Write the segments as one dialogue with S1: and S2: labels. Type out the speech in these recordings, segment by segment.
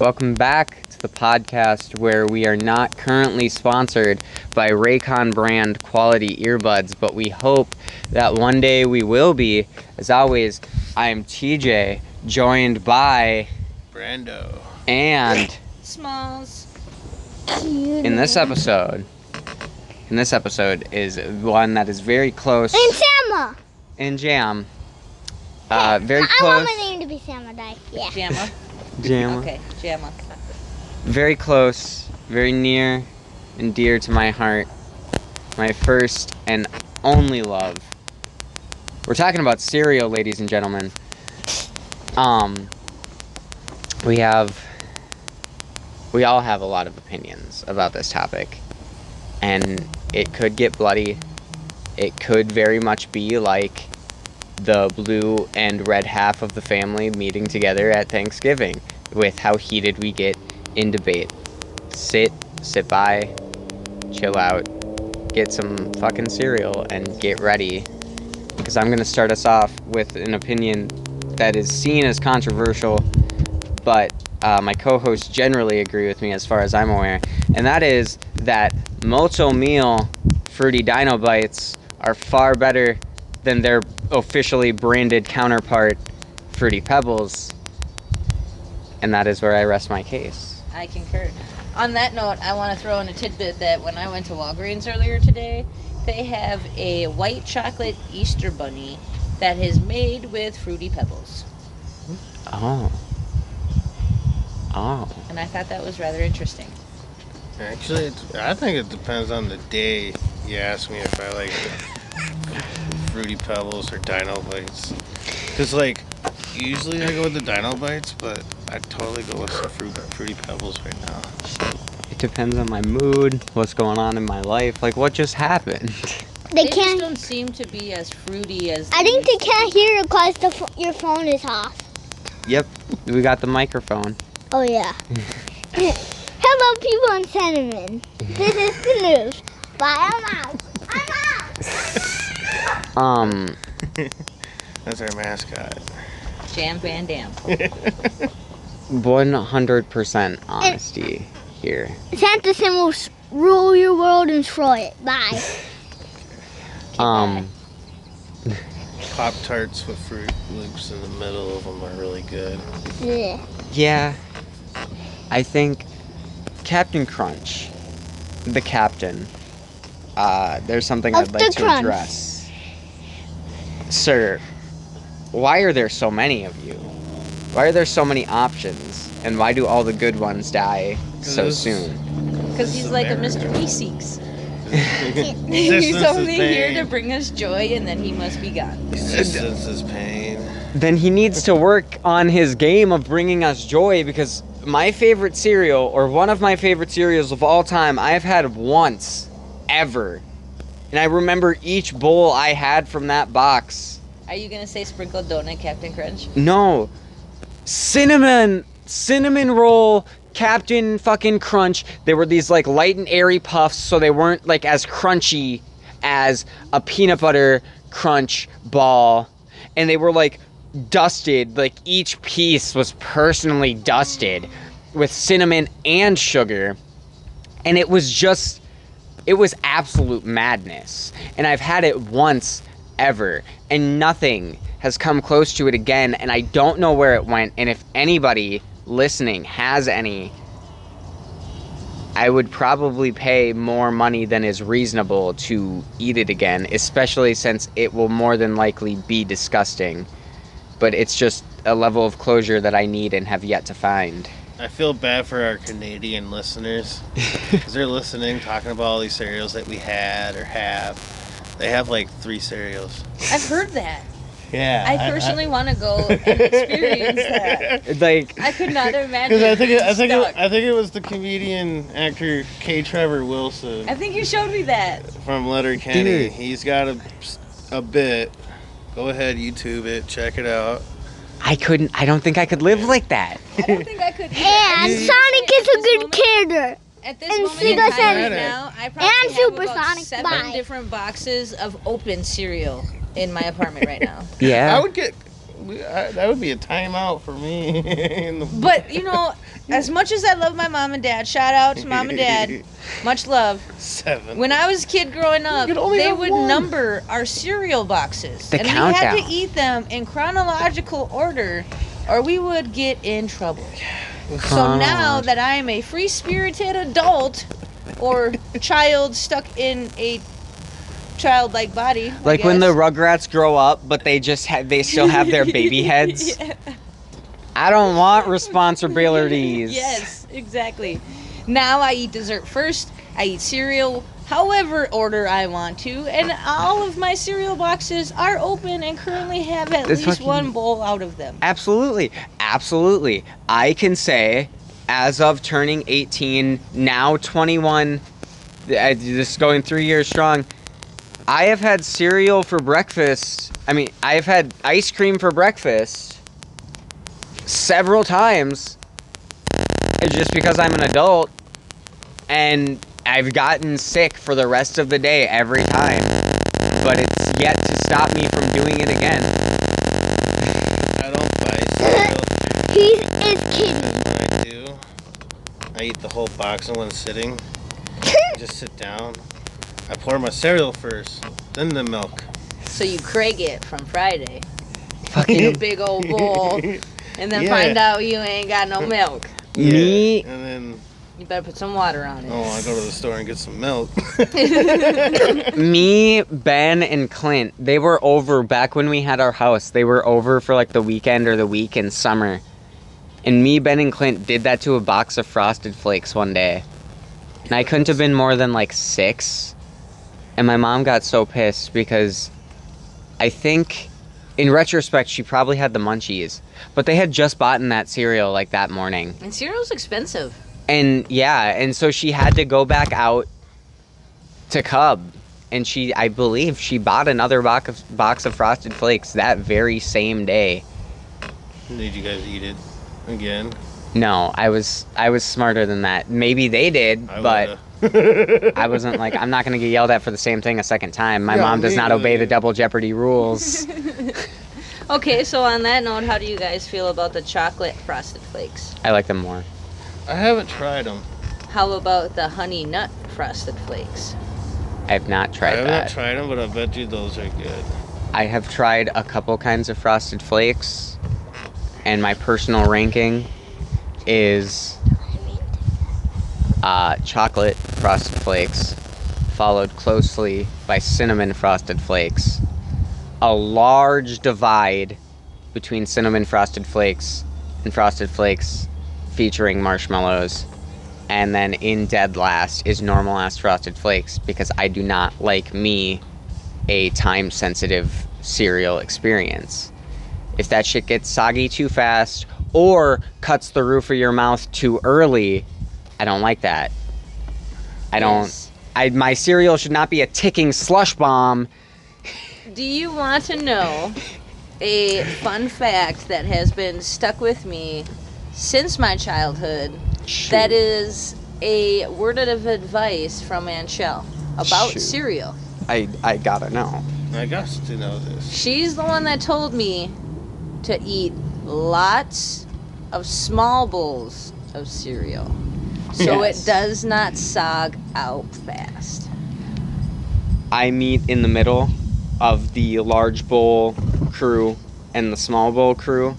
S1: Welcome back to the podcast where we are not currently sponsored by Raycon brand quality earbuds, but we hope that one day we will be. As always, I am TJ, joined by
S2: Brando.
S1: and
S3: Smalls.
S1: in this episode. In this episode is one that is very close
S4: And Sama.
S1: in jam. Uh, very
S4: I
S1: close.
S4: want my name to be Samadai. Yeah.
S3: Jamma.
S1: Jam.
S3: Okay, Jamma.
S1: very close, very near and dear to my heart. My first and only love. We're talking about cereal, ladies and gentlemen. Um, we have, we all have a lot of opinions about this topic, and it could get bloody. It could very much be like the blue and red half of the family meeting together at Thanksgiving, with how heated we get in debate. Sit, sit by, chill out, get some fucking cereal, and get ready. Because I'm going to start us off with an opinion that is seen as controversial, but uh, my co hosts generally agree with me as far as I'm aware. And that is that Moto Meal Fruity Dino Bites are far better than their officially branded counterpart, Fruity Pebbles. And that is where I rest my case.
S3: I concur. On that note, I want to throw in a tidbit that when I went to Walgreens earlier today, they have a white chocolate Easter bunny that is made with fruity pebbles.
S1: Oh. Oh.
S3: And I thought that was rather interesting.
S2: Actually, it's, I think it depends on the day. You ask me if I like fruity pebbles or dino bites. Cause like usually I go with the dino bites, but I totally go with some fruit, fruity pebbles right now.
S1: It depends on my mood, what's going on in my life, like what just happened.
S4: They,
S3: just
S4: can't.
S3: don't seem to be as fruity as.
S4: I think they
S3: these.
S4: can't hear you because the ph- your phone is off.
S1: yep, we got the microphone.
S4: Oh yeah. Hello, people in cinnamon. This is the news. Bye. I'm out. I'm out.
S1: Um,
S2: That's our mascot.
S3: Jam Van Dam.
S1: 100% honesty here.
S4: Santa Sim will s- rule your world and destroy it. Bye.
S1: Um,
S2: Pop tarts with fruit loops in the middle of them are really good.
S4: yeah.
S1: yeah, I think Captain Crunch, the captain, uh, there's something
S4: Of
S1: I'd
S4: the
S1: like to
S4: Crunch.
S1: address. Sir, why are there so many of you? Why are there so many options? And why do all the good ones die so
S2: This-
S1: soon?
S3: Because he's like a Mr. Meeseeks.
S2: Distance
S3: he's
S2: is
S3: only here to
S2: pain.
S3: bring us joy, and then he must be gone.
S2: Distance is pain.
S1: Then he needs to work on his game of bringing us joy because my favorite cereal, or one of my favorite cereals of all time, I've had once ever. And I remember each bowl I had from that box.
S3: Are you gonna say sprinkled donut, Captain Crunch?
S1: No. Cinnamon, cinnamon roll, Captain fucking Crunch. They were these like light and airy puffs, so they weren't like as crunchy as a peanut butter crunch ball. And they were like dusted, like each piece was personally dusted with cinnamon and sugar. And it was just it was absolute madness. And I've had it once ever, and nothing has come close to it again. And I don't know where it went. And if anybody listening has any, I would probably pay more money than is reasonable to eat it again, especially since it will more than likely be disgusting. But it's just a level of closure that I need and have yet to find.
S2: I feel bad for our Canadian listeners because they're listening, talking about all these cereals that we had or have. They have like three cereals.
S3: I've heard that.
S2: Yeah,
S3: I personally want to go and experience that.
S1: Like,
S3: I could not imagine.
S2: Because I think it, I think
S3: stuck.
S2: it, I think it was the comedian actor K. Trevor Wilson
S3: I think you showed me that.
S2: from Letterkenny.
S1: Dude.
S2: He's got a a bit. Go ahead, YouTube it, check it out.
S1: I couldn't, I don't think I could live like that.
S3: I don't think I could.
S4: And Sonic is a good
S3: kid.
S4: character.
S3: At this
S4: and
S3: moment in
S4: Sega
S3: time right
S2: Sonic.
S3: now, I probably have about
S4: Supersonic,
S3: seven
S4: bye.
S3: different boxes of open cereal in my apartment right now.
S1: Yeah.
S2: I would get we, I, that would be a timeout for me. in the-
S3: But you know, as much as I love my mom and dad, shout out to mom and dad, much love.
S2: Seven.
S3: When I was a kid growing up,
S2: could only
S3: they
S2: have
S3: would
S2: one.
S3: number our cereal boxes,
S1: The
S3: and we had
S1: countdown.
S3: to eat them in chronological order, or we would get in trouble. So now that I am a free spirited adult, or child stuck in a childlike body, I
S1: like when the Rugrats
S3: guess.
S1: grow up, but they just ha- they still have their baby heads.
S3: Yeah.
S1: I don't want responsibilities.
S3: yes, exactly. Now I eat dessert first. I eat cereal, however order I want to, and all of my cereal boxes are open and currently have at
S1: That's
S3: least
S1: fucking-
S3: one bowl out of them.
S1: Absolutely. Absolutely. I can say, as of turning 18, now 21, th- I- this is going three years strong, I have had cereal for breakfast. I mean, I have had ice cream for breakfast several times It's just because I'm an adult and I've gotten sick for the rest of the day every time. But it's yet to stop me from doing it again.
S2: I don't buy cereal.
S4: He is kidding.
S2: I do. I eat the whole box in one sitting. Just sit down. I pour my cereal first, then the milk.
S3: So you Craig it from Friday,
S1: Fucking
S3: big old bowl, and then
S2: Yeah.
S3: find out you ain't got no milk.
S1: me
S2: And then,
S3: You better put some water on it.
S2: oh, I go to the store and get some milk.
S1: me, Ben, and Clint, they were over back when we had our house. They were over for like the weekend or the week in summer. And me, Ben, and Clint did that to a box of Frosted Flakes one day. And I couldn't have been more than like six. And my mom got so pissed because I think, in retrospect, she probably had the munchies. But they had just bought in that cereal like that morning.
S3: And cereal's expensive.
S1: and yeah, and so she had to go back out to Cub, and she, I believe, she bought another box of box of Frosted Flakes that very same day.
S2: Did you guys eat it again?
S1: No, I was I was smarter than that. Maybe they did,
S2: I
S1: but
S2: would've.
S1: I wasn't like I'm not gonna get yelled at for the same thing a second time. My
S2: Yeah,
S1: mom does
S2: me
S1: not obey
S2: neither.
S1: the double jeopardy rules.
S3: Okay, so on that note, how do you guys feel about the chocolate frosted flakes?
S1: I like them more.
S2: I haven't tried them.
S3: How about the honey nut frosted flakes?
S1: I have not
S2: I
S1: tried
S2: haven't
S1: that.
S2: tried them, but I bet you those are good.
S1: I have tried a couple kinds of Frosted Flakes, and my personal ranking is uh, chocolate Frosted Flakes, followed closely by cinnamon Frosted Flakes. A large divide between cinnamon Frosted Flakes and Frosted Flakes featuring marshmallows. And then in dead last is normal ass Frosted Flakes because I do not like me a time sensitive cereal experience. If that shit gets soggy too fast or cuts the roof of your mouth too early, I don't like that. I don't.
S3: Yes.
S1: I, my cereal should not be a ticking slush bomb.
S3: Do you want to know a fun fact that has been stuck with me since my childhood? That is a word of advice from Aunt Shell about
S1: Shoot.
S3: cereal.
S1: I, I gotta know.
S2: I got to know this.
S3: She's the one that told me to eat lots of small bowls of cereal so
S1: Yes.
S3: it does not sog out fast.
S1: I meet in the middle of the large bowl crew and the small bowl crew.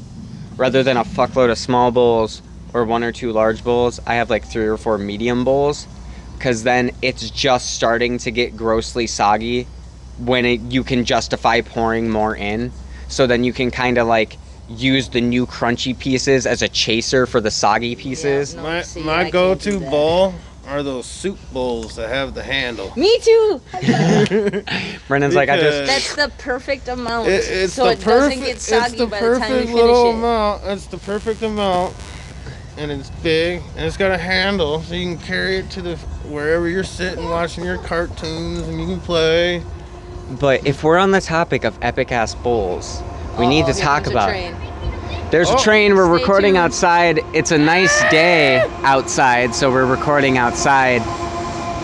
S1: Rather than a fuckload of small bowls or one or two large bowls, I have like three or four medium bowls because then it's just starting to get grossly soggy when it, you can justify pouring more in. So then you can kind of like use the new crunchy pieces as a chaser for the soggy pieces.
S3: No,
S2: my
S3: see, I
S2: my
S3: can't
S2: go to
S3: do that.
S2: bowl are those soup bowls that have the handle.
S3: Me too!
S1: Brennan's like, I just.
S3: That's the perfect amount.
S2: Uh, It- it's
S3: so
S2: the
S3: it
S2: perfect,
S3: doesn't get soggy
S2: it's the
S3: by the
S2: perfect
S3: time you finish
S2: little
S3: it.
S2: amount. It's the perfect amount, and it's big, and it's got a handle, so you can carry it to the wherever you're sitting, watching your cartoons, and you can play.
S1: But if we're on the topic of epic ass bowls, we need
S3: Uh-oh,
S1: to
S3: here
S1: talk
S3: comes Oh, a
S1: about.
S3: train.
S1: There's
S2: Oh.
S1: a train. We're
S3: Stay
S1: recording
S3: tuned. Ah!
S1: outside. It's a nice day outside, so we're recording outside.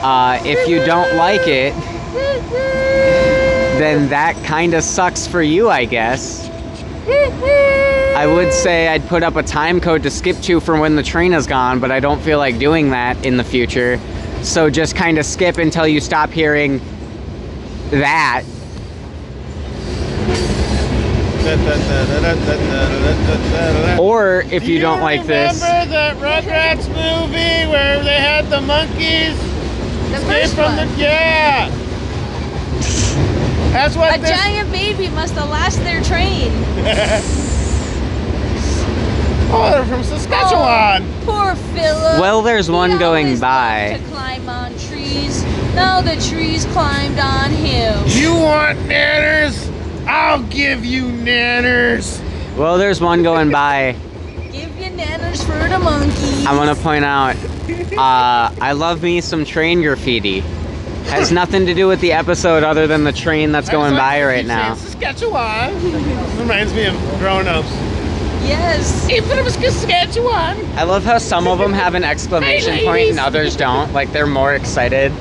S1: Uh, if you don't like it, then that kind of sucks for you, I guess. I would say I'd put up a time code to skip to for when the train is gone, but I don't feel like doing that in the future. So just kind of skip until you stop hearing that. Or if you don't like this,
S2: Remember that Rugrats movie where they had the monkeys
S3: The
S2: escape
S3: first
S2: from
S3: one.
S2: the yeah? That's what
S3: A
S2: this.
S3: giant baby must have lost their train.
S2: oh, they're from
S3: Oh.
S2: Saskatchewan.
S3: Poor Philip.
S1: Well, there's
S3: He
S1: one going
S3: always
S1: by.
S3: loved To climb on trees. Now the trees climbed on him.
S2: You want nanners? I'll give you nanners.
S1: well, there's one going by.
S3: Give your nanners for the monkey.
S1: I want to point out, uh, I love me some train graffiti. Has nothing to do with the episode other than the train that's going by right now.
S2: Saskatchewan reminds me of grown-ups.
S3: Yes.
S2: If it was Saskatchewan,
S1: I love how some of them have an exclamation
S2: Hey,
S1: point and
S2: ladies.
S1: others don't. Like they're more excited.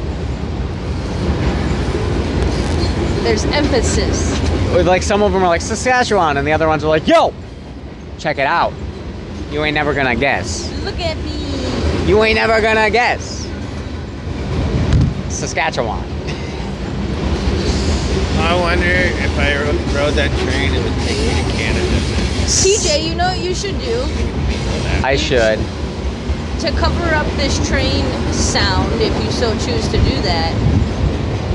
S3: There's emphasis.
S1: Or, Like some of them are like Saskatchewan, and the other ones are like, "Yo, check it out. You ain't never gonna guess.
S3: Look at me.
S1: You ain't never gonna guess." Saskatchewan.
S2: I wonder if I ro- rode that train, it would take me to Canada.
S3: TJ, you know what you should do?
S1: I should.
S3: To cover up this train sound, if you so choose to do that,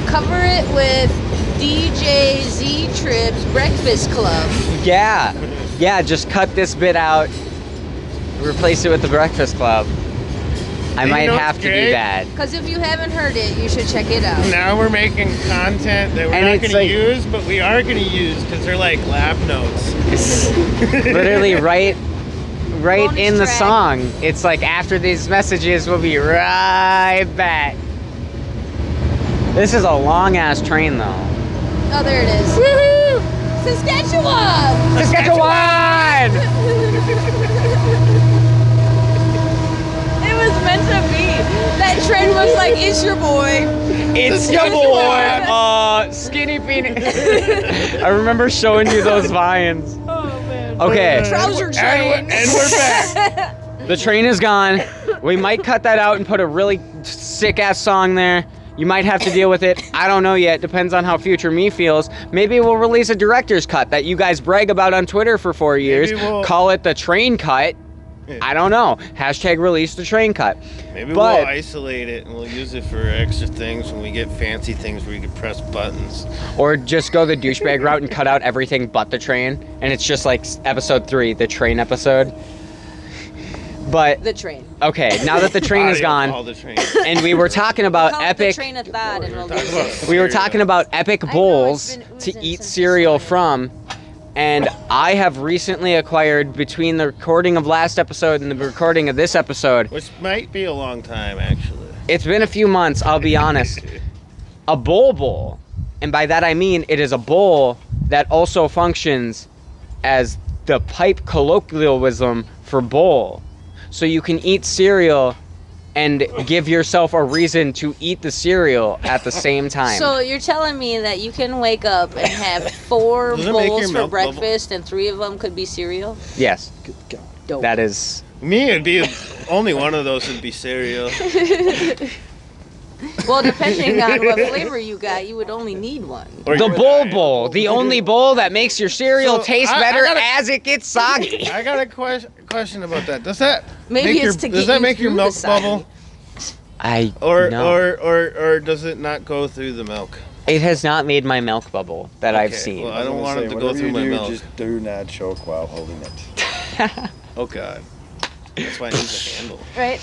S3: cover it with DJ Z Trib's Breakfast Club.
S1: Yeah, yeah. Just cut this bit out. Replace it with the Breakfast Club. I
S2: You
S1: might
S2: know
S1: have
S2: what's
S1: to do
S2: great?
S1: that.
S3: Because if you haven't heard it, you should check it out.
S2: Now we're making content that we're
S1: And
S2: not
S1: it's
S2: going
S1: like-
S2: to use, but we are going to use because they're like lab notes.
S1: Literally right, right
S3: Bonus
S1: in the
S3: track.
S1: song. It's like after these messages, we'll be right back. This is a long ass train though.
S3: Oh, there it is. Woohoo! Saskatchewan!
S1: Saskatchewan!
S3: It was meant to be. That train was like, it's your boy.
S1: It's your boy, uh, Skinny Peanut. I remember showing you those vines.
S3: Oh, man.
S1: Okay,
S3: Trouser train.
S2: And, we're- and we're back.
S1: the train is gone. We might cut that out and put a really sick ass song there. You might have to deal with it. I don't know yet. Depends on how future me feels. Maybe we'll release a director's cut that you guys brag about on Twitter for four years.
S2: Maybe we'll-
S1: Call it the train cut. I don't know. Hashtag release the train cut.
S2: Maybe
S1: But-
S2: we'll isolate it and we'll use it for extra things when we get fancy things where you can press buttons.
S1: Or just go the douchebag route and cut out everything but the train, and it's just like s- episode three, the train episode. But
S3: The train.
S1: okay, now that the train is
S2: Audio, All
S1: gone,
S2: the train. Talk
S1: and we were talking about
S3: Call it the
S1: epic,
S3: train of thought and we'll lose
S2: about
S3: it.
S1: we were
S2: cereal.
S1: talking about epic
S3: know, it's
S1: bowls
S3: been
S1: to
S3: oozing
S1: eat
S3: since
S1: cereal
S3: this
S1: from, and I have recently acquired between the recording of last episode and the recording of this episode,
S2: Which might be a long time, actually.
S1: it's been a few months. I'll be honest. a bowl bowl, and by that I mean it is a bowl that also functions as the pipe colloquialism for bowl. So you can eat cereal and give yourself a reason to eat the cereal at the same time.
S3: So you're telling me that you can wake up and have four
S2: Does it make your
S3: bowls for
S2: milk bubble?
S3: breakfast and three of them could be cereal?
S1: yes,
S3: Dope.
S1: that is.
S2: Me, it'd be only one of those would be cereal.
S3: Well, depending on what flavor you got, you would only need one.
S2: Or
S1: The
S2: you
S1: bowl
S2: and I.
S1: bowl, the only bowl that makes your cereal
S2: So,
S1: taste
S2: I- I
S1: better
S2: gotta-
S1: as it gets soggy.
S2: I got a question, question about that. Does that
S3: Maybe
S2: make your,
S3: it's to get
S2: does that
S3: you
S2: make your
S3: through the
S2: milk
S3: soggy.
S2: bubble?
S1: I
S2: Or,
S1: no.
S2: or or or does it not go through the milk?
S1: it has not made my milk bubble that I've
S2: Okay,
S1: seen.
S2: well, I
S5: was
S2: don't
S5: gonna
S2: want it
S5: say,
S2: to go
S5: whatever
S2: through
S5: you
S2: my
S5: do,
S2: milk.
S5: Just do not choke while holding it.
S2: Oh God, that's why I need the handle.
S3: Right?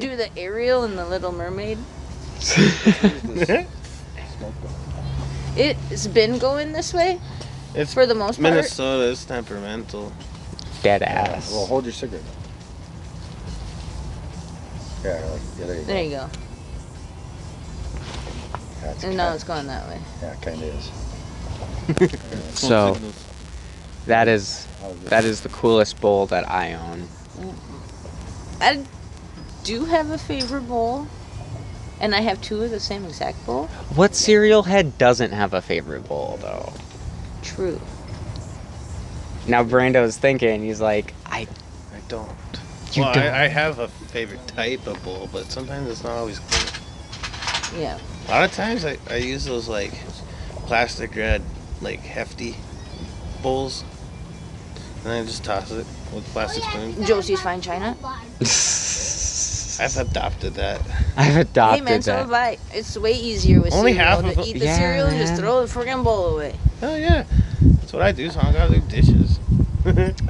S3: Do the Ariel and the Little Mermaid. It's been going this way
S2: It's
S3: for the most part.
S2: Minnesota. It's temperamental.
S1: Dead
S5: Yeah,
S1: ass.
S5: well, hold your cigarette. Yeah, like, yeah, there you go.
S3: There you go.
S5: That's
S3: And now it's going that way.
S5: Yeah, kind of is.
S1: So-
S2: Signals.
S1: That is
S5: How is it?
S1: That is the coolest bowl that I own.
S3: I do have a favorite bowl, and I have two of the same exact bowl.
S1: What cereal head doesn't have a favorite bowl though?
S3: True.
S1: Now Brando's thinking, he's like, I
S2: I don't.
S1: You
S2: well,
S1: don't.
S2: I, I have a favorite type of bowl, but sometimes it's not always clean.
S3: Yeah.
S2: A lot of times I, I use those like plastic red, like hefty bowls. And I just toss it with a plastic
S4: Oh,
S2: spoon.
S3: Josie's Fine China.
S2: I've adopted that.
S1: I've
S3: Hey
S1: adopted
S3: man, so
S1: that.
S3: have I. It's way easier with
S2: Only
S3: cereal
S2: half of
S3: to
S2: it-
S3: eat the
S1: Yeah,
S3: cereal and just
S1: man.
S3: throw the friggin' bowl away.
S2: Oh yeah. That's what I do, so I don't gotta do dishes.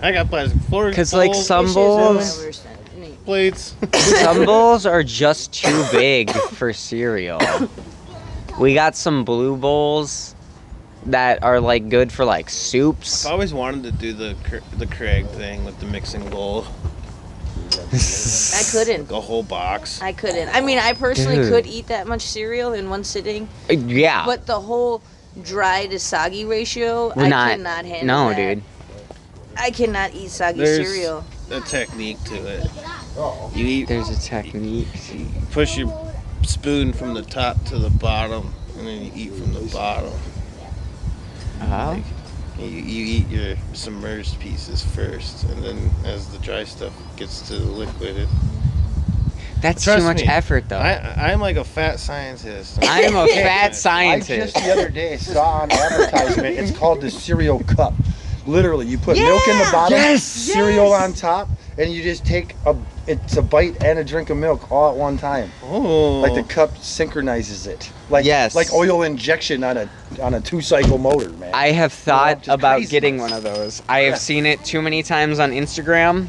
S2: I got plastic forks.
S1: 'Cause, like,
S2: bowls,
S1: some
S3: Dishes are my
S1: bowls-
S3: worst enemy.
S2: plates.
S1: some bowls are just too big for cereal. We got some blue bowls that are like good for like soups.
S2: I always wanted to do the Cr- the Craig thing with the mixing bowl,
S3: I couldn't.
S2: like a whole box.
S3: I couldn't. I mean, I personally could
S1: Dude.
S3: eat that much cereal in one sitting,
S1: Yeah.
S3: but the whole dry to soggy ratio,
S1: We're
S3: I
S1: not-
S3: cannot handle
S1: no,
S3: that.
S1: dude.
S3: I cannot eat soggy
S2: There's-
S3: cereal.
S2: A technique to it.
S5: Oh,
S2: You eat,
S1: There's a technique.
S2: push your spoon from the top to the bottom, and then you eat from the bottom.
S1: Oh.
S2: You, you eat your submerged pieces first, and then as the dry stuff gets to the liquid, it,
S1: That's
S2: Trust
S1: too much
S2: me,
S1: effort, though. I,
S2: I I'm like a fat scientist.
S1: am a fat
S5: I just
S1: scientist.
S5: the other day saw an advertisement. It's called the cereal cup. Literally, you put milk in the bottom,
S1: Yes!
S5: cereal on top, and you just take a it's a bite and a drink of milk all at one time.
S2: Oh,
S5: Like the cup synchronizes it. Like
S1: Yes.
S5: like oil injection on a on a two cycle motor, man.
S1: I have
S5: I'm
S1: thought
S5: just
S1: about
S5: crazy.
S1: getting one of those. I have seen it too many times on Instagram,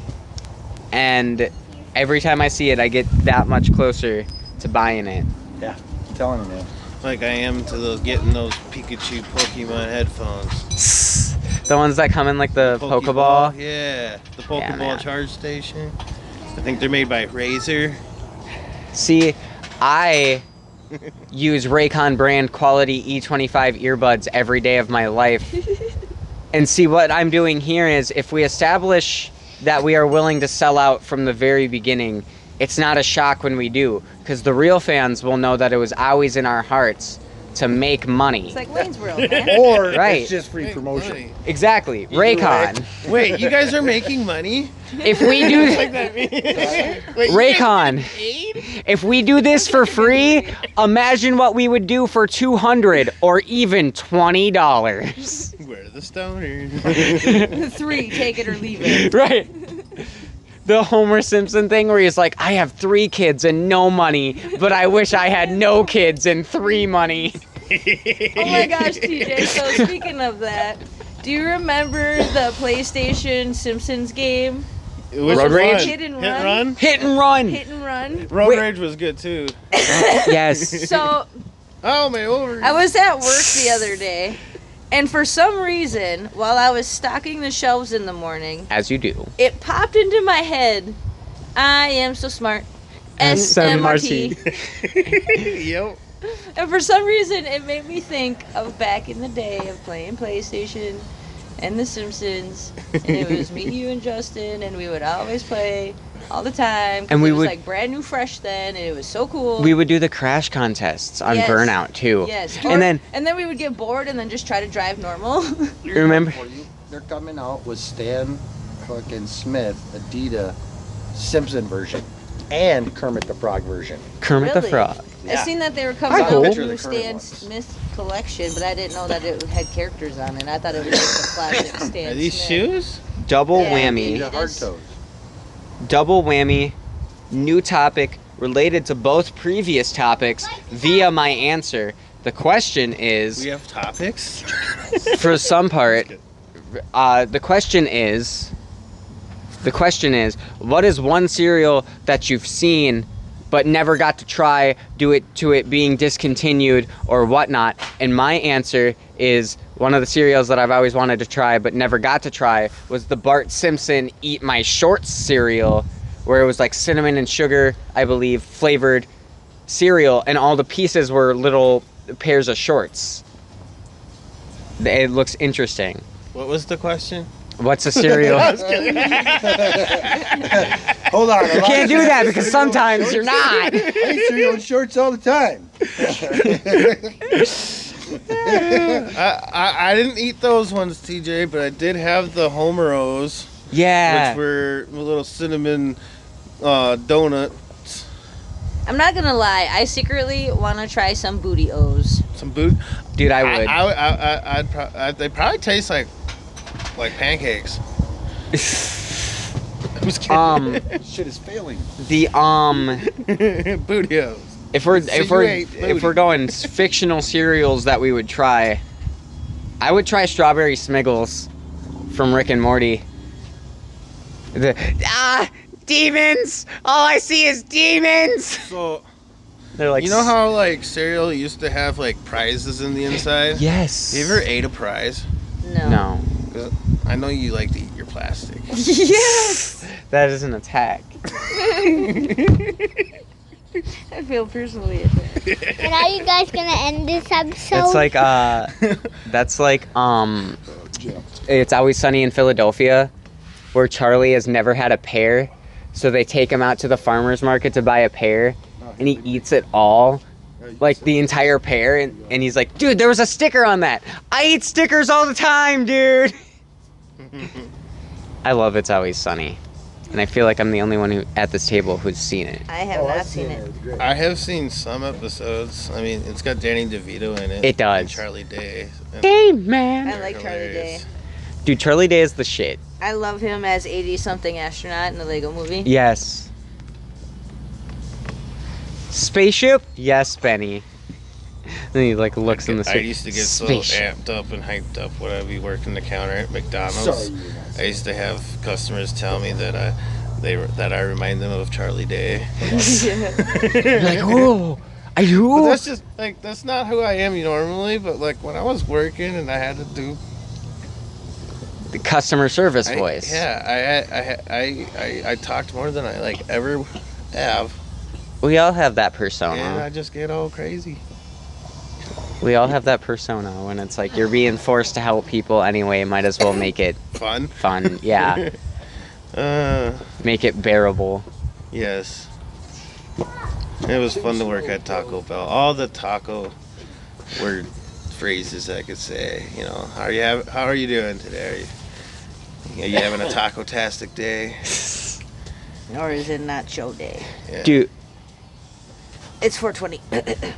S1: and every time I see it, I get that much closer to buying it.
S5: I'm telling you, man.
S2: like I am to those getting those Pikachu Pokemon headphones.
S1: The ones that come in like the Pokeball.
S2: Yeah, the
S1: Yeah,
S2: Pokeball
S1: man.
S2: charge station. I think they're made by Razer.
S1: See, I use Raycon brand quality E25 earbuds every day of my life. and see, what I'm doing here is if we establish that we are willing to sell out from the very beginning, it's not a shock when we do, because the real fans will know that it was always in our hearts to make money.
S3: It's like Wayne's World, man.
S5: Or
S1: Right.
S5: it's just free promotion.
S1: Exactly,
S5: way.
S1: Raycon.
S2: Wait, you guys are making money?
S1: If we do
S2: Like that means- Wait, you guys
S1: Raycon, if we do this for free, imagine what we would do for 200 or even $20.
S2: Where are the stoners?
S3: Three, take it or leave it.
S1: right. The Homer Simpson thing where he's like, I have three kids and no money, but I wish I had no kids and three money.
S3: Oh my gosh, TJ. So speaking of that, do you remember the PlayStation Simpsons game?
S2: Which
S1: Road
S2: one?
S1: rage?
S3: Hit and
S2: Hit
S3: run.
S2: run?
S1: Hit and run.
S3: Hit and run.
S2: Road
S1: Wait.
S2: rage was good too.
S1: yes.
S3: So
S2: Oh my over.
S3: I was at work the other day, and for some reason, while I was stocking the shelves in the morning,
S1: As you do.
S3: it popped into my head, I am so smart. SMRT.
S2: yep.
S3: And for some reason, it made me think of back in the day of playing PlayStation and The Simpsons. And it was me, you, and Justin, and we would always play all the time. 'cause
S1: And we
S3: it was
S1: would-
S3: like brand new, fresh then, and it was so cool.
S1: We would do the crash contests on
S3: Yes.
S1: Burnout too.
S3: yes, or-
S1: And then,
S3: and then we would get bored and then just try to drive normal.
S1: remember?
S5: For you, They're coming out with Stan fucking Smith, Adita, Simpson version, and Kermit the Frog version.
S1: Kermit the
S3: Really?
S1: Frog.
S5: Yeah.
S3: I seen that they were
S5: I
S3: coming
S5: saw a
S3: out with
S5: picture
S3: a
S5: of
S3: new
S5: the current
S3: Stan
S5: ones.
S3: Smith collection, but I didn't know that it had characters on it. I thought it was just a classic Stan
S2: Are these
S3: Smith.
S2: shoes?
S1: Double
S3: Yeah,
S1: whammy.
S3: He
S5: The hard
S3: does.
S5: toes.
S1: double whammy, new topic related to both previous topics via my answer. The question
S2: We
S1: is,
S2: have topics.
S1: for some part, uh, the question is, the question is, what is one cereal that you've seen but never got to try due it to it being discontinued or whatnot? And my answer is one of the cereals that I've always wanted to try but never got to try was the Bart Simpson Eat My Shorts cereal, where it was like cinnamon and sugar, I believe, flavored cereal, and all the pieces were little pairs of shorts. It looks interesting.
S2: What was the question?
S1: What's a cereal?
S2: I was kidding.
S5: Hold on.
S1: You can't do that because sometimes you're not.
S5: I eat cereal in shorts all the time.
S2: I, I I didn't eat those ones, TJ, but I did have the Homeros,
S1: Yeah.
S2: which were a little cinnamon uh, donut,
S3: I'm not gonna lie. I secretly want to try some booty O's.
S2: some boot.
S1: Dude, I would.
S2: I, I, I, would pro- I, they probably taste like like pancakes. I'm just kidding.
S1: um,
S5: Shit is failing.
S1: the um,
S2: Bootios.
S1: if we're if we're
S2: Cigarette booty.
S1: if we're going s- fictional cereals that we would try, I would try strawberry smiggles from Rick and Morty. The ah demons! All I see is demons.
S2: So
S1: They're like
S2: you know how like cereal used to have like prizes in the inside.
S1: yes.
S2: You ever ate a prize?
S3: No.
S1: no.
S2: I know you like to eat your plastic.
S1: yes. That is an attack.
S3: I feel personally attacked.
S4: And are you guys gonna end this episode?
S1: It's like uh, that's like um, it's always sunny in Philadelphia, where Charlie has never had a pear, so they take him out to the farmers market to buy a pear, and he eats it all, like the entire pear, and, and he's like, dude, there was a sticker on that. I eat stickers all the time, dude. I love it's always sunny, and I feel like I'm the only one who at this table who's seen it.
S3: I
S5: Oh,
S3: have not Oh, seen it.
S2: I have seen some episodes. I mean, it's got Danny DeVito in it.
S1: It does.
S2: And Charlie Day. and
S1: Hey man,
S2: they're
S3: I like Charlie Day.
S2: hilarious.
S1: dude, Charlie Day is the shit.
S3: I love him as 80 something astronaut in the Lego movie.
S1: Yes. Spaceship? Yes, Benny. Then he like looks in the
S2: I used to get so
S1: Spaceship.
S2: amped up and hyped up when I'd be working the counter at McDonald's.
S5: Sorry.
S2: I used to have customers tell me that I, they were- that I remind them of Charlie Day.
S1: You're like, whoa, I do.
S2: But that's just like that's not who I am normally. But like when I was working and I had to do
S1: the customer service
S2: I-
S1: voice.
S2: yeah, I had- I, had- I I I talked more than I like ever have,
S1: We all have that persona.
S2: and I just get all crazy.
S1: We all have that persona when it's like you're being forced to help people anyway. Might as well make it
S2: Fun.
S1: fun. Yeah,
S2: Uh,
S1: make it bearable.
S2: yes. It was fun to work at Taco Bell. All the taco word phrases I could say. You know, how are you? Have, how are you doing today? Are you, are you having a taco tastic day?
S3: Or is it not show day?
S2: Yeah.
S1: Dude.
S3: It's 420.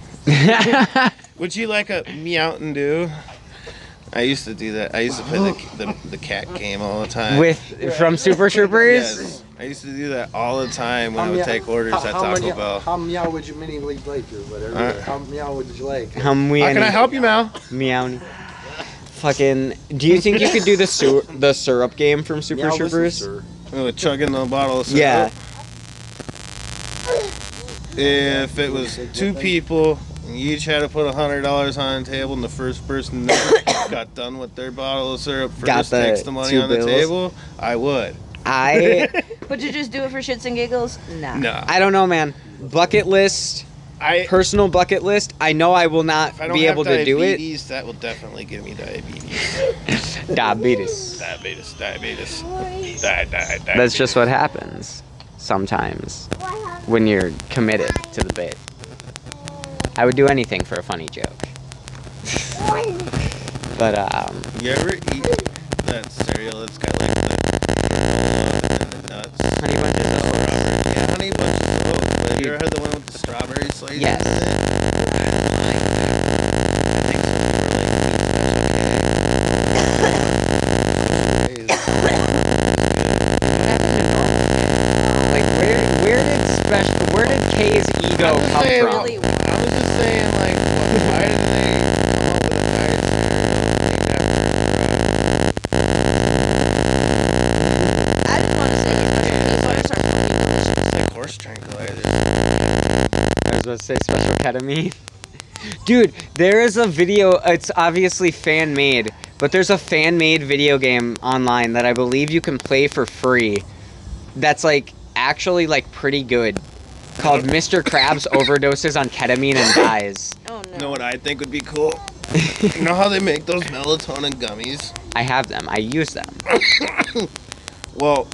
S2: Would you like a Mountain Dew? I used to do that. I used to play the, the, the cat game all the time.
S1: With from Super Troopers.
S2: yes, I used to do that all the time when I would take orders at Taco
S5: many,
S2: Bell.
S5: How meow would you mini like or whatever?
S2: Alright.
S5: How meow would you like?
S1: Hum, we
S2: How can I
S1: any-
S2: help you, Mal?
S1: Meowny. Fucking. Do you think you could do the syr- the syrup game from Super
S5: Meow, listen,
S1: Troopers?
S5: sir.
S2: Oh, chugging the bottle. Of syrup.
S1: Yeah.
S2: If it was two people and you each had to put a hundred dollars on the table, and the first person that got done with their bottle of syrup first
S1: Got the
S2: takes the money
S1: two
S2: on
S1: bills.
S2: the table, I would.
S1: I
S3: Would you just do it for shits and giggles? Nah.
S2: No,
S1: I don't know, man. Bucket list,
S2: I.
S1: personal bucket list. I know I will not
S2: If I don't
S1: be
S2: have
S1: able to do it.
S2: diabetes, That will definitely give me diabetes.
S1: Diabetes.
S2: Diabetes, diabetes. Di- di-
S1: That's just
S2: diabetes.
S1: what happens sometimes
S4: What happened?
S1: when you're committed to the bit. I would do anything for a funny joke, but um,
S2: You ever eat that cereal that's got like the, the nuts?
S1: honey bunches. of Oats.
S2: Yeah, honey bunches of oats. Have you ever had the one with the strawberry slices?
S1: Yes.
S2: in it?
S1: Like where where did special where did K's ego
S2: I'm
S1: come
S2: saying-
S1: from?
S3: Really?
S2: I was just saying, like, what- why did they come up with a diet cereal?
S3: I just want to say it doesn't taste like our
S2: It's like horse tranquilizer.
S1: I was about to say special ketamine. Dude, there is a video. It's obviously fan made, but there's a fan made video game online that I believe you can play for free. That's like actually like pretty good, called Mr. Krabs overdoses on ketamine and dies.
S3: Oh no.
S2: You know what I think would be cool? you know how they make those melatonin gummies?
S1: I have them. I use them.
S2: Well,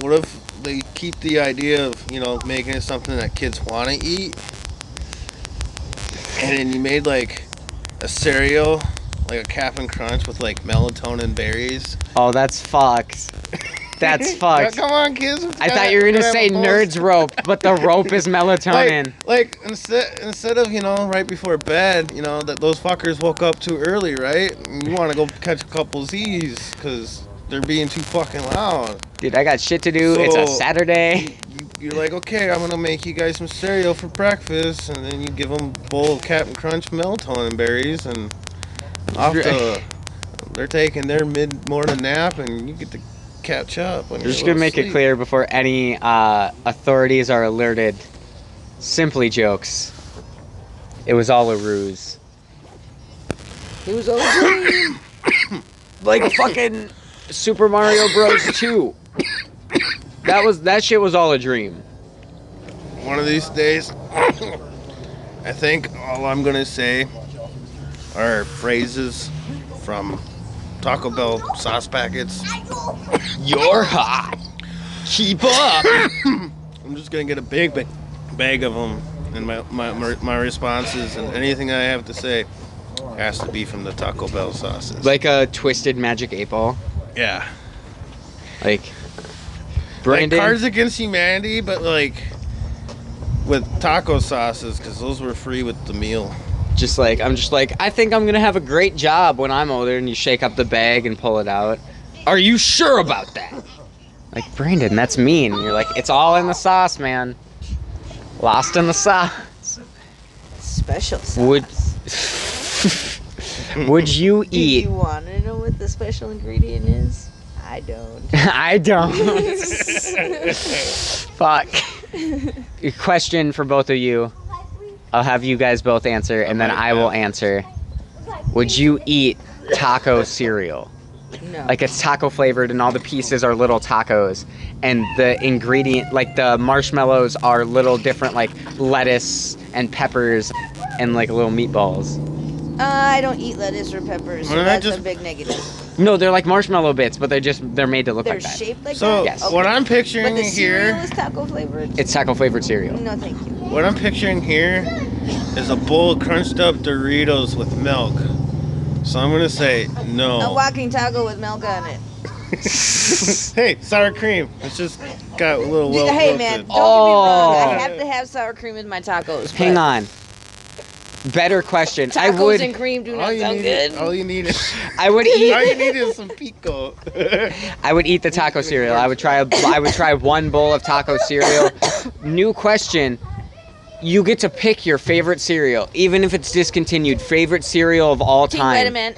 S2: what if they keep the idea of you know making it something that kids want to eat, and then you made like a cereal, like a Cap'n Crunch with like melatonin berries.
S1: Oh, that's fucked. That's fucked.
S2: Come on, kids.
S1: I thought you were gonna say nerds rope, but the rope is melatonin.
S2: Like, like instead, instead of you know right before bed, you know that those fuckers woke up too early, right? And You want to go catch a couple Z's because they're being too fucking loud.
S1: Dude, I got shit to do. it's a
S2: So-
S1: Saturday.
S2: You, you're like, okay, I'm gonna make you guys some cereal for breakfast, and then you give them a bowl of Cap'n Crunch melatonin berries, and off to, they're taking their mid morning nap, and you get to catch up. When
S1: I'm just gonna make it clear before any uh, authorities are alerted. Simply jokes. It was all a ruse. It was all a dream. like fucking Super Mario Bros. 2. That was that shit was all a dream.
S2: One of these days, I think all I'm gonna say are phrases from Taco Bell sauce packets.
S1: You're hot. Keep up.
S2: I'm just gonna get a big ba- bag of them, and my, my, my, my responses and anything I have to say has to be from the Taco Bell sauces.
S1: like a twisted magic eight ball.
S2: yeah,
S1: Like
S2: like
S1: Brandon.
S2: Cards Against Humanity, but like with taco sauces because those were free with the meal.
S1: just like I'm just like I think I'm gonna have a great job when I'm older, and you shake up the bag and pull it out. Are you sure about that? Like Brandon, that's mean. You're like it's all in the sauce, man. Lost in the sauce.
S3: Special sauce.
S1: Would would you
S3: Do
S1: eat?
S3: you want to know what the special ingredient is? I don't.
S1: I don't. Fuck. A Question for both of you. I'll have you guys both answer, and then I will answer. Would you eat taco cereal?
S3: No.
S1: like it's taco flavored and all the pieces are little tacos and the ingredient like the marshmallows are little different like lettuce and peppers and like little meatballs
S3: Uh, I don't eat lettuce or peppers, so
S2: Why not
S3: that's
S2: just-
S3: a big negative.
S1: no they're like marshmallow bits but they're just they're made to look
S3: They're
S1: like that
S3: shaped like
S2: So
S3: that.
S1: Yes.
S2: what I'm
S3: But
S2: picturing
S3: the cereal
S2: here,
S3: is taco flavored.
S1: it's taco flavored cereal
S3: No, thank you.
S2: what I'm picturing here, is a bowl of crunched up Doritos with milk. So I'm gonna say
S3: A
S2: no.
S3: walking taco with milk on it.
S2: hey, sour cream. It's just got a little well
S3: hey man,
S2: wilted.
S3: don't get me
S1: Oh.
S3: wrong. I have to have sour cream in my tacos.
S1: hang
S3: but
S1: on better question
S3: Tacos
S1: i would
S3: and cream do
S2: All
S3: not
S2: you,
S3: sound
S2: need,
S3: good.
S2: all you need is oh,
S1: i would
S2: all you
S1: eat
S2: need is some pico.
S1: i would eat the taco cereal i would try a, i would try one bowl of taco cereal new question you get to pick your favorite cereal even if it's discontinued favorite cereal of all
S3: King
S1: time
S3: Vitamin.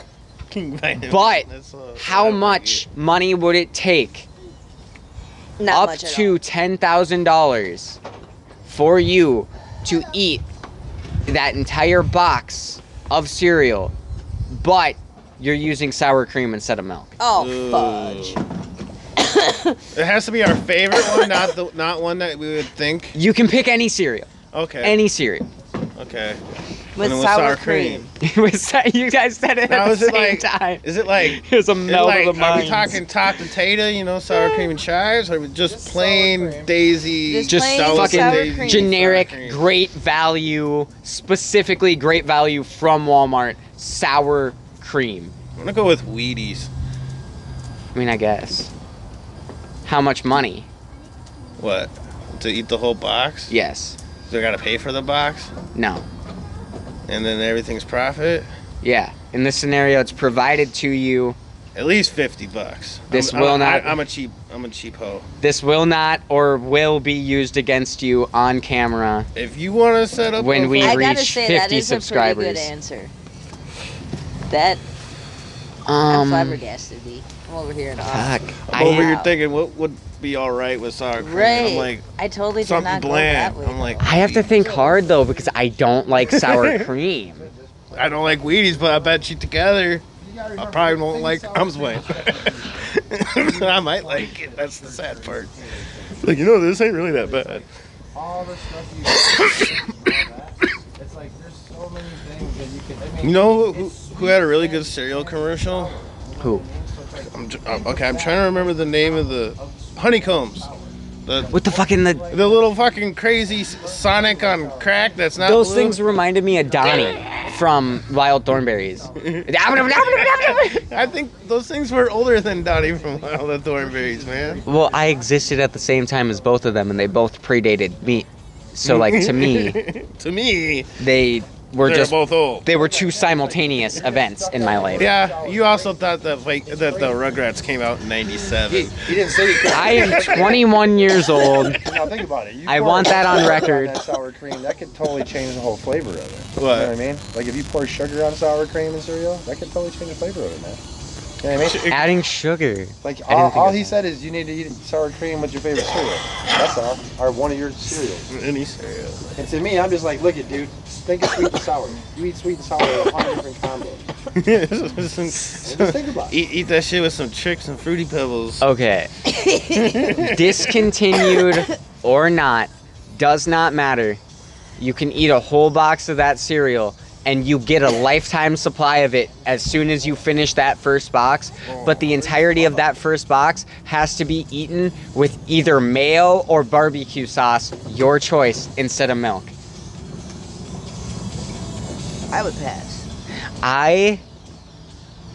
S2: King Vitamin.
S1: But
S2: That's all-
S1: How
S2: that's all
S1: much money would it take
S3: Not
S1: up
S3: much at
S1: to
S3: all.
S1: ten thousand dollars for you to eat that entire box of cereal, but you're using sour cream instead of milk?
S3: Oh
S2: Ooh.
S3: fudge.
S2: It has to be our favorite one, not the not one that we would think.
S1: You can pick any cereal,
S2: Okay.
S1: any cereal.
S2: okay.
S3: With
S2: And then
S3: sour, cream.
S1: It was that- you guys said it
S2: Now
S1: at the
S2: is it
S1: same
S2: like-
S1: time.
S2: Is it like?
S1: It was a
S2: Is it
S1: melt
S2: like
S1: of the
S2: are we
S1: minds.
S2: talking top potato, you know, sour cream and chives, or we just,
S6: Just sour
S2: plain
S6: cream.
S2: daisy?
S3: Just
S1: Just
S3: plain
S2: sour
S1: fucking
S2: daisy
S3: cream.
S2: sour
S1: generic
S2: cream?
S1: great value specifically great value from walmart sour cream
S2: I'm gonna go with Wheaties.
S1: I mean, I guess. How much money?
S2: What? To eat the whole box?
S1: Yes.
S2: So I gotta pay for the box,
S1: No.
S2: and then everything's profit.
S1: Yeah. In this scenario, it's provided to you.
S2: At least fifty bucks.
S1: This
S2: I'm,
S1: will
S2: I'm,
S1: not-
S2: I, am a cheap. I'm a cheap hoe.
S1: This will not or will be used against you on camera.
S2: If you want to set up
S1: When
S2: a
S1: we
S2: fu-
S3: I gotta
S1: reach
S3: say
S1: 50
S3: that is a
S1: subscribers.
S3: pretty good answer. That I'm
S1: Um.
S3: flabbergasted. D. I'm over here in awe.
S1: Fuck.
S2: I'm over
S1: I,
S2: here thinking what would be all right with sour cream.
S3: Right.
S2: I'm like
S3: I totally did
S2: something
S3: not go that
S2: bland.
S3: way.
S2: I'm like
S1: I have to think hard though because I don't like sour cream.
S2: I don't like Wheaties, but I bet you together I probably won't like Arms Wayne. I might like it. That's the sad part. Like you know, this ain't really that bad.
S6: all the stuff you it's like there's so many things that you can I
S2: You
S6: mean,
S2: know who, who had a really good cereal commercial?
S1: Who?
S2: I'm, j- I'm- okay, I'm trying to remember the name of the honeycombs. The
S1: What the fucking the
S2: the little fucking crazy s- Sonic on crack. That's not
S1: those
S2: blue.
S1: things reminded me of Donnie from Wild Thornberries.
S2: I think those things were older than Donnie from Wild at Thornberries, man.
S1: well, I existed at the same time as both of them, and they both predated me. So like to me,
S2: to me,
S1: they were
S2: they're
S1: just
S2: both old.
S1: they were two simultaneous events in my life.
S2: Yeah, you also thought that like that the Rugrats came out in
S5: He,
S2: '97.
S5: he didn't say he could.
S1: I am 21 years old.
S5: Now think about it. You
S1: I
S5: pour
S1: want that on
S5: sugar
S1: record.
S5: that sour cream, that could totally change the whole flavor of it. You know what I
S2: What?
S5: mean? Like if you pour sugar on sour cream and cereal, that could totally change the flavor of it, man. You know what I mean?
S1: Adding sugar.
S5: Like
S1: I didn't
S5: all,
S1: think
S5: all
S1: of
S5: he
S1: that.
S5: said is you need to eat sour cream with your favorite cereal. That's all. Or one of your cereals.
S2: Any cereal.
S5: And to me, I'm just like, look it, dude. Think of sweet and sour. You eat sweet and sour in a hundred different combos. Just think about it.
S2: eat, eat that shit with some tricks and fruity pebbles.
S1: Okay. Discontinued or not does not matter. You can eat a whole box of that cereal and you get a lifetime supply of it as soon as you finish that first box, but the entirety of that first box has to be eaten with either mayo or barbecue sauce, your choice, instead of milk.
S3: I would pass.
S1: I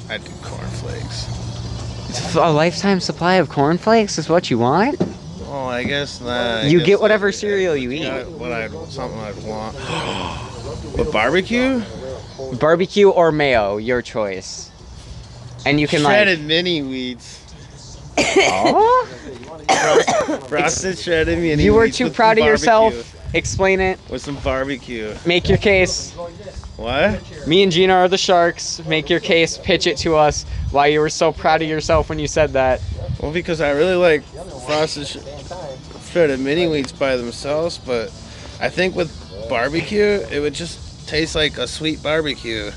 S2: I do cornflakes.
S1: a lifetime supply of cornflakes is what you want?
S2: Oh, I guess not. I
S1: You
S2: guess
S1: get whatever
S2: I-
S1: cereal you eat.
S2: Yeah, What I something I'd want. But barbecue?
S1: barbecue or mayo, your choice. And you can
S2: shredded
S1: like
S2: mini wheats.
S1: Oh?
S2: Frosted shredded mini
S1: You were
S2: wheats
S1: too
S2: with
S1: proud
S2: some
S1: of yourself.
S2: barbecue.
S1: Explain it.
S2: With some barbecue.
S1: Make your case.
S2: What?
S1: Me and Gina are the sharks. Make your case. Pitch it to us. Why you were so proud of yourself when you said that.
S2: Well, because I really like frosted sh- shredded mini wheats by themselves, but I think with barbecue, it would just taste like a sweet barbecue.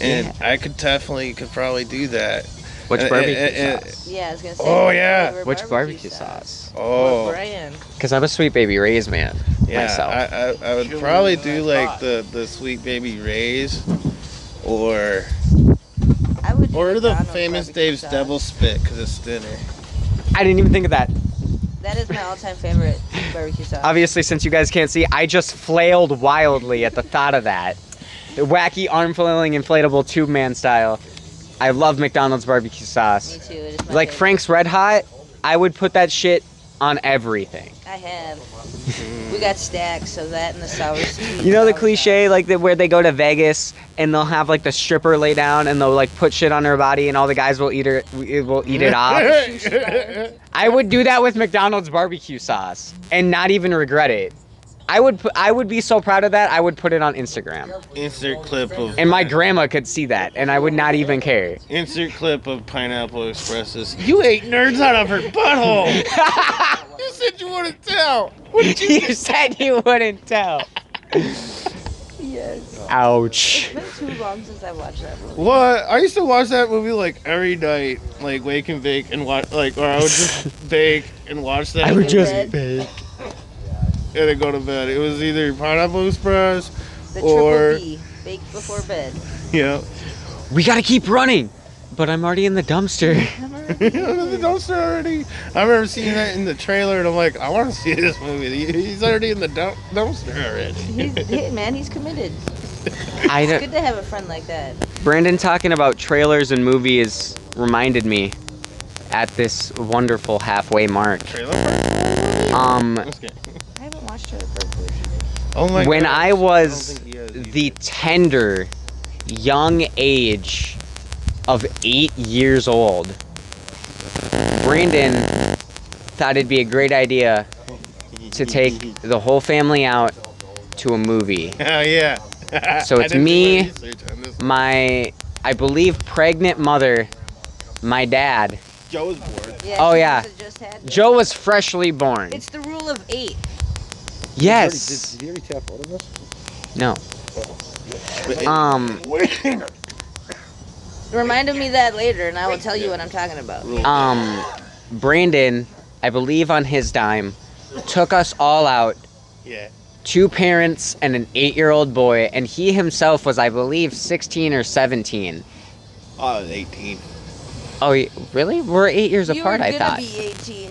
S2: And I could definitely could probably do that.
S1: Which
S2: Uh, uh,
S1: barbecue
S2: uh, uh,
S1: sauce?
S3: Yeah, I was gonna say.
S2: Oh,
S3: what
S2: yeah.
S3: flavor
S1: Which barbecue sauce?
S2: Oh.
S3: What brand?
S1: Because I'm a sweet baby Ray's man myself.
S2: I, I, I would probably do like the, the sweet baby Ray's or
S3: I would. do
S2: or the
S3: McDonald's
S2: famous
S3: barbecue
S2: Dave's
S3: sauce.
S2: Devil Spit because it's thinner.
S1: I didn't even think of that.
S3: That is my all-time favorite barbecue sauce.
S1: Obviously, since you guys can't see, I just flailed wildly at the thought of that. The wacky arm flailing inflatable tube man style. I love McDonald's barbecue sauce.
S3: Me too. It is my
S1: Like
S3: favorite.
S1: Frank's Red Hot, I would put that shit on everything.
S3: I have. we got stacks, so that and the sour. sweet
S1: You know the
S3: sour
S1: cliche like that where they go to Vegas and they'll have like the stripper lay down and they'll like put shit on her body and all the guys will eat her will eat it off. I would do that with McDonald's barbecue sauce and not even regret it. I would put, I would be so proud of that. I would put it on Instagram.
S2: insert clip of
S1: And my grandma could see that and I would not even care.
S2: insert clip of Pineapple Expresses. You ate nerds out of her butthole. you said you wouldn't tell.
S1: you said you wouldn't tell.
S3: sauce. Yes.
S1: Ouch.
S3: It's been too long since I watched that movie.
S2: What? I used to watch that movie like every night, like wake and bake and watch, like, or I would just bake and watch that. movie
S1: bake.
S2: and then go to bed. It was either Pineapple Express.
S3: The
S2: Or-
S3: triple B, baked before bed.
S2: Yeah.
S1: We gotta keep running. But I'm already in the dumpster.
S2: Under the dumpster already. I remember seeing that in the trailer, and I'm like, I want to see this movie. He- He's already in the dump- dumpster already.
S3: He's, hey, man, he's committed.
S1: I
S3: It's
S1: don't,
S3: good to have a friend like that.
S1: Brandon talking about trailers and movies reminded me at this wonderful halfway mark.
S2: Trailer park?
S1: Um,
S2: Let's get-
S3: I haven't watched Trailer Park Boys.
S2: Oh my
S1: when
S2: God.
S1: I was
S2: I don't think he has either.
S1: the tender young age of eight years old, Brandon thought it'd be a great idea to take the whole family out to a movie.
S2: Oh yeah.
S1: So
S2: I
S1: it's
S2: didn't do my
S1: me.
S2: research on this.
S1: My, I believe, pregnant mother, my dad,
S2: Joe was bored.
S3: Yeah,
S1: Oh,
S3: she
S1: yeah.
S3: must've Just had that.
S1: Joe was freshly born.
S3: It's the rule of eight.
S1: Yes.
S5: Did you already tap one of us?
S1: No. Um.
S3: Remind me that later, and I will tell you what I'm talking about.
S1: Um. Brandon, I believe on his dime, took us all out.
S2: Yeah.
S1: Two parents and an eight-year-old boy, and he himself was, I believe, 16 or 17.
S2: I was 18.
S1: Oh, y- really? We're eight years
S3: you
S1: apart.
S3: were
S1: I
S3: gonna
S1: thought.
S3: be 18.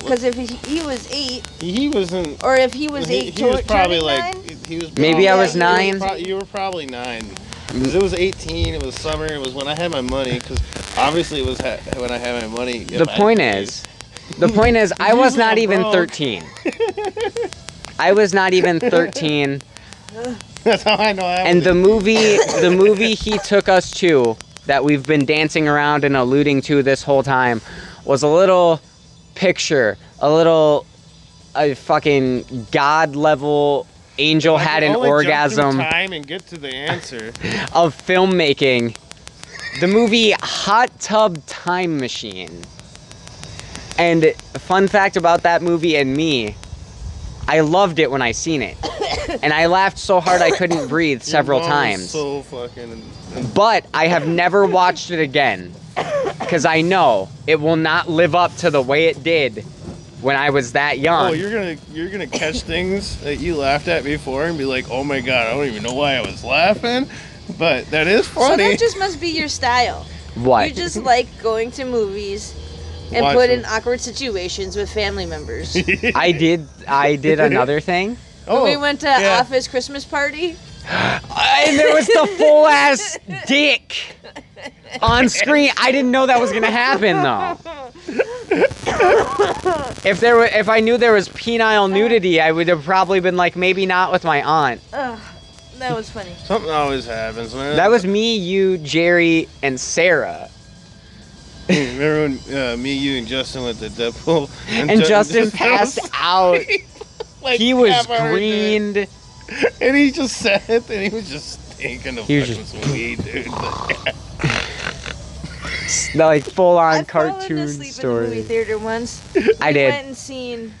S3: Because if he, he was eight,
S2: He, he wasn't.
S3: or if he was
S2: he,
S3: eight,
S2: he was
S3: tur-
S2: probably
S3: turning
S2: like.
S3: nine,
S2: He was.
S1: Maybe
S2: probably-
S1: I
S3: was
S2: you were
S1: nine.
S2: pro- You were probably nine. 'Cause it was 18. It was summer. It was when I had my money. Because obviously it was ha- when I had my money. if
S1: The
S2: I-
S1: point is, the point is, I was
S2: Usually
S1: not
S2: I'm
S1: even
S2: broke.
S1: 13. I was not even 13,
S2: That's how I know. I
S1: and
S2: was
S1: the movie, the movie he took us to that we've been dancing around and alluding to this whole time, was a little picture, a little, a fucking god level angel
S2: I
S1: had
S2: can
S1: an
S2: only jump through
S1: orgasm
S2: Time and get to the answer.
S1: of filmmaking. The movie Hot Tub Time Machine. And a fun fact about that movie and me, I loved it when I seen it. and I laughed so hard I couldn't breathe several
S2: Your mom
S1: times.
S2: was So fucking.
S1: But I have never watched it again cuz I know it will not live up to the way it did when I was that young.
S2: Oh, you're gonna you're gonna catch things that you laughed at before and be like, oh my god, I don't even know why I was laughing, but that is
S3: so
S2: funny.
S3: that just must be your style.
S1: what?
S3: You just like going to movies and
S2: Watch
S3: put
S2: them.
S3: in awkward situations with family members.
S1: I did I did another thing.
S2: oh,
S3: we went to
S2: yeah.
S3: office Christmas party.
S1: And there was the full ass dick on screen. I didn't know that was gonna happen though. If there were, if I knew there was penile nudity, I would have probably been like, maybe not with my aunt.
S3: Ugh, that was funny.
S2: something always happens, man.
S1: That was me, you, Jerry, and Sarah,
S2: remember when uh, me, you, and Justin went to Deadpool,
S1: and
S2: Ju-
S1: Justin
S2: was
S1: passed out.
S2: like
S1: He was
S2: half hour into it.
S1: greened.
S2: and he just sat and he was just thinking of
S1: He was
S2: fucking some weed, dude.
S1: Like full on
S3: I've fallen
S1: cartoon
S3: asleep in the movie
S1: story.
S3: theater once.
S1: I
S3: we
S1: did.
S3: went and seen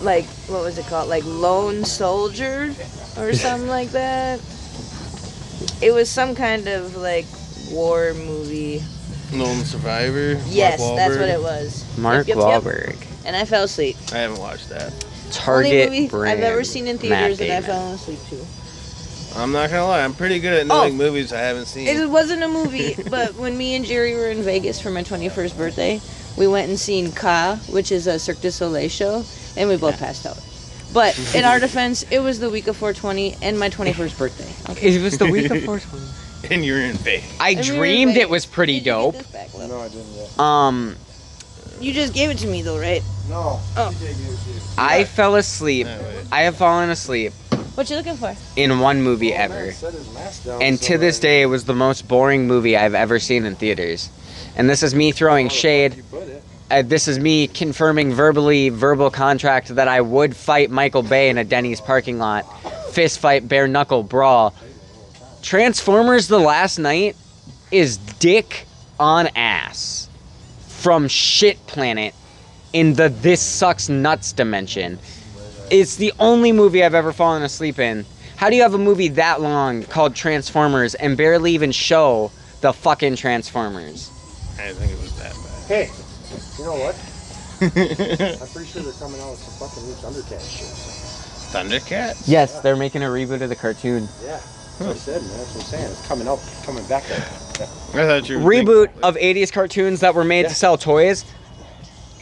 S3: like what was it called like lone soldier or something like that it was some kind of like war movie
S2: Lone Survivor. Mark
S3: yes that's what
S2: Wahlberg.
S3: it was
S1: Mark
S3: Yep, yep, yep.
S1: Wahlberg.
S3: and i fell asleep
S2: I haven't watched that.
S1: Target
S3: only movie
S1: brand.
S3: i've ever seen in
S1: Matt
S3: theaters that i
S1: Damon.
S3: fell asleep to
S2: I'm not gonna lie, I'm pretty good at knowing movies I haven't seen.
S3: Oh. it wasn't a movie but when me and jerry were in vegas for my 21st birthday we went and seen ka which is a cirque du soleil show and we both passed out but in our defense it was the week of 420 and my 21st birthday
S1: It was the week of 420.
S2: and you're in Vegas.
S1: I
S3: mean,
S1: dreamed
S3: like,
S1: it was pretty
S3: Did you get
S1: dope.
S3: this back,
S6: No,
S3: Lil?
S6: I didn't yet.
S1: Um,
S3: You just gave it to me though, right?
S6: No.
S3: Oh.
S6: TJ gave it to you.
S1: I fell asleep.
S2: No, wait.
S1: I have fallen asleep
S3: What you looking for?
S1: in one movie
S6: Oh,
S1: ever.
S6: man, set his mask down
S1: And to
S6: somewhere.
S1: this day, it was the most boring movie I've ever seen in theaters. And this is me throwing shade.
S6: You put it.
S1: Uh, this is me confirming verbally, verbal contract that I would fight Michael Bay in a Denny's parking lot. Fist fight, bare knuckle brawl. Transformers The Last Night is dick on ass from shit planet in the this sucks nuts dimension. It's the only movie I've ever fallen asleep in. How do you have a movie that long called Transformers and barely even show the fucking Transformers?
S2: I didn't think it was that bad.
S5: Hey, you know what? I'm pretty sure they're coming out with some fucking new Thundercat shit. So,
S2: Thundercats?
S1: Yes, they're making a reboot of the cartoon.
S5: yeah, that's what I said, man. That's what I'm saying. It's coming up, coming back up.
S2: I thought you were
S1: Reboot
S2: thinking-
S1: of 80s cartoons that were made
S5: Yeah.
S1: to sell toys.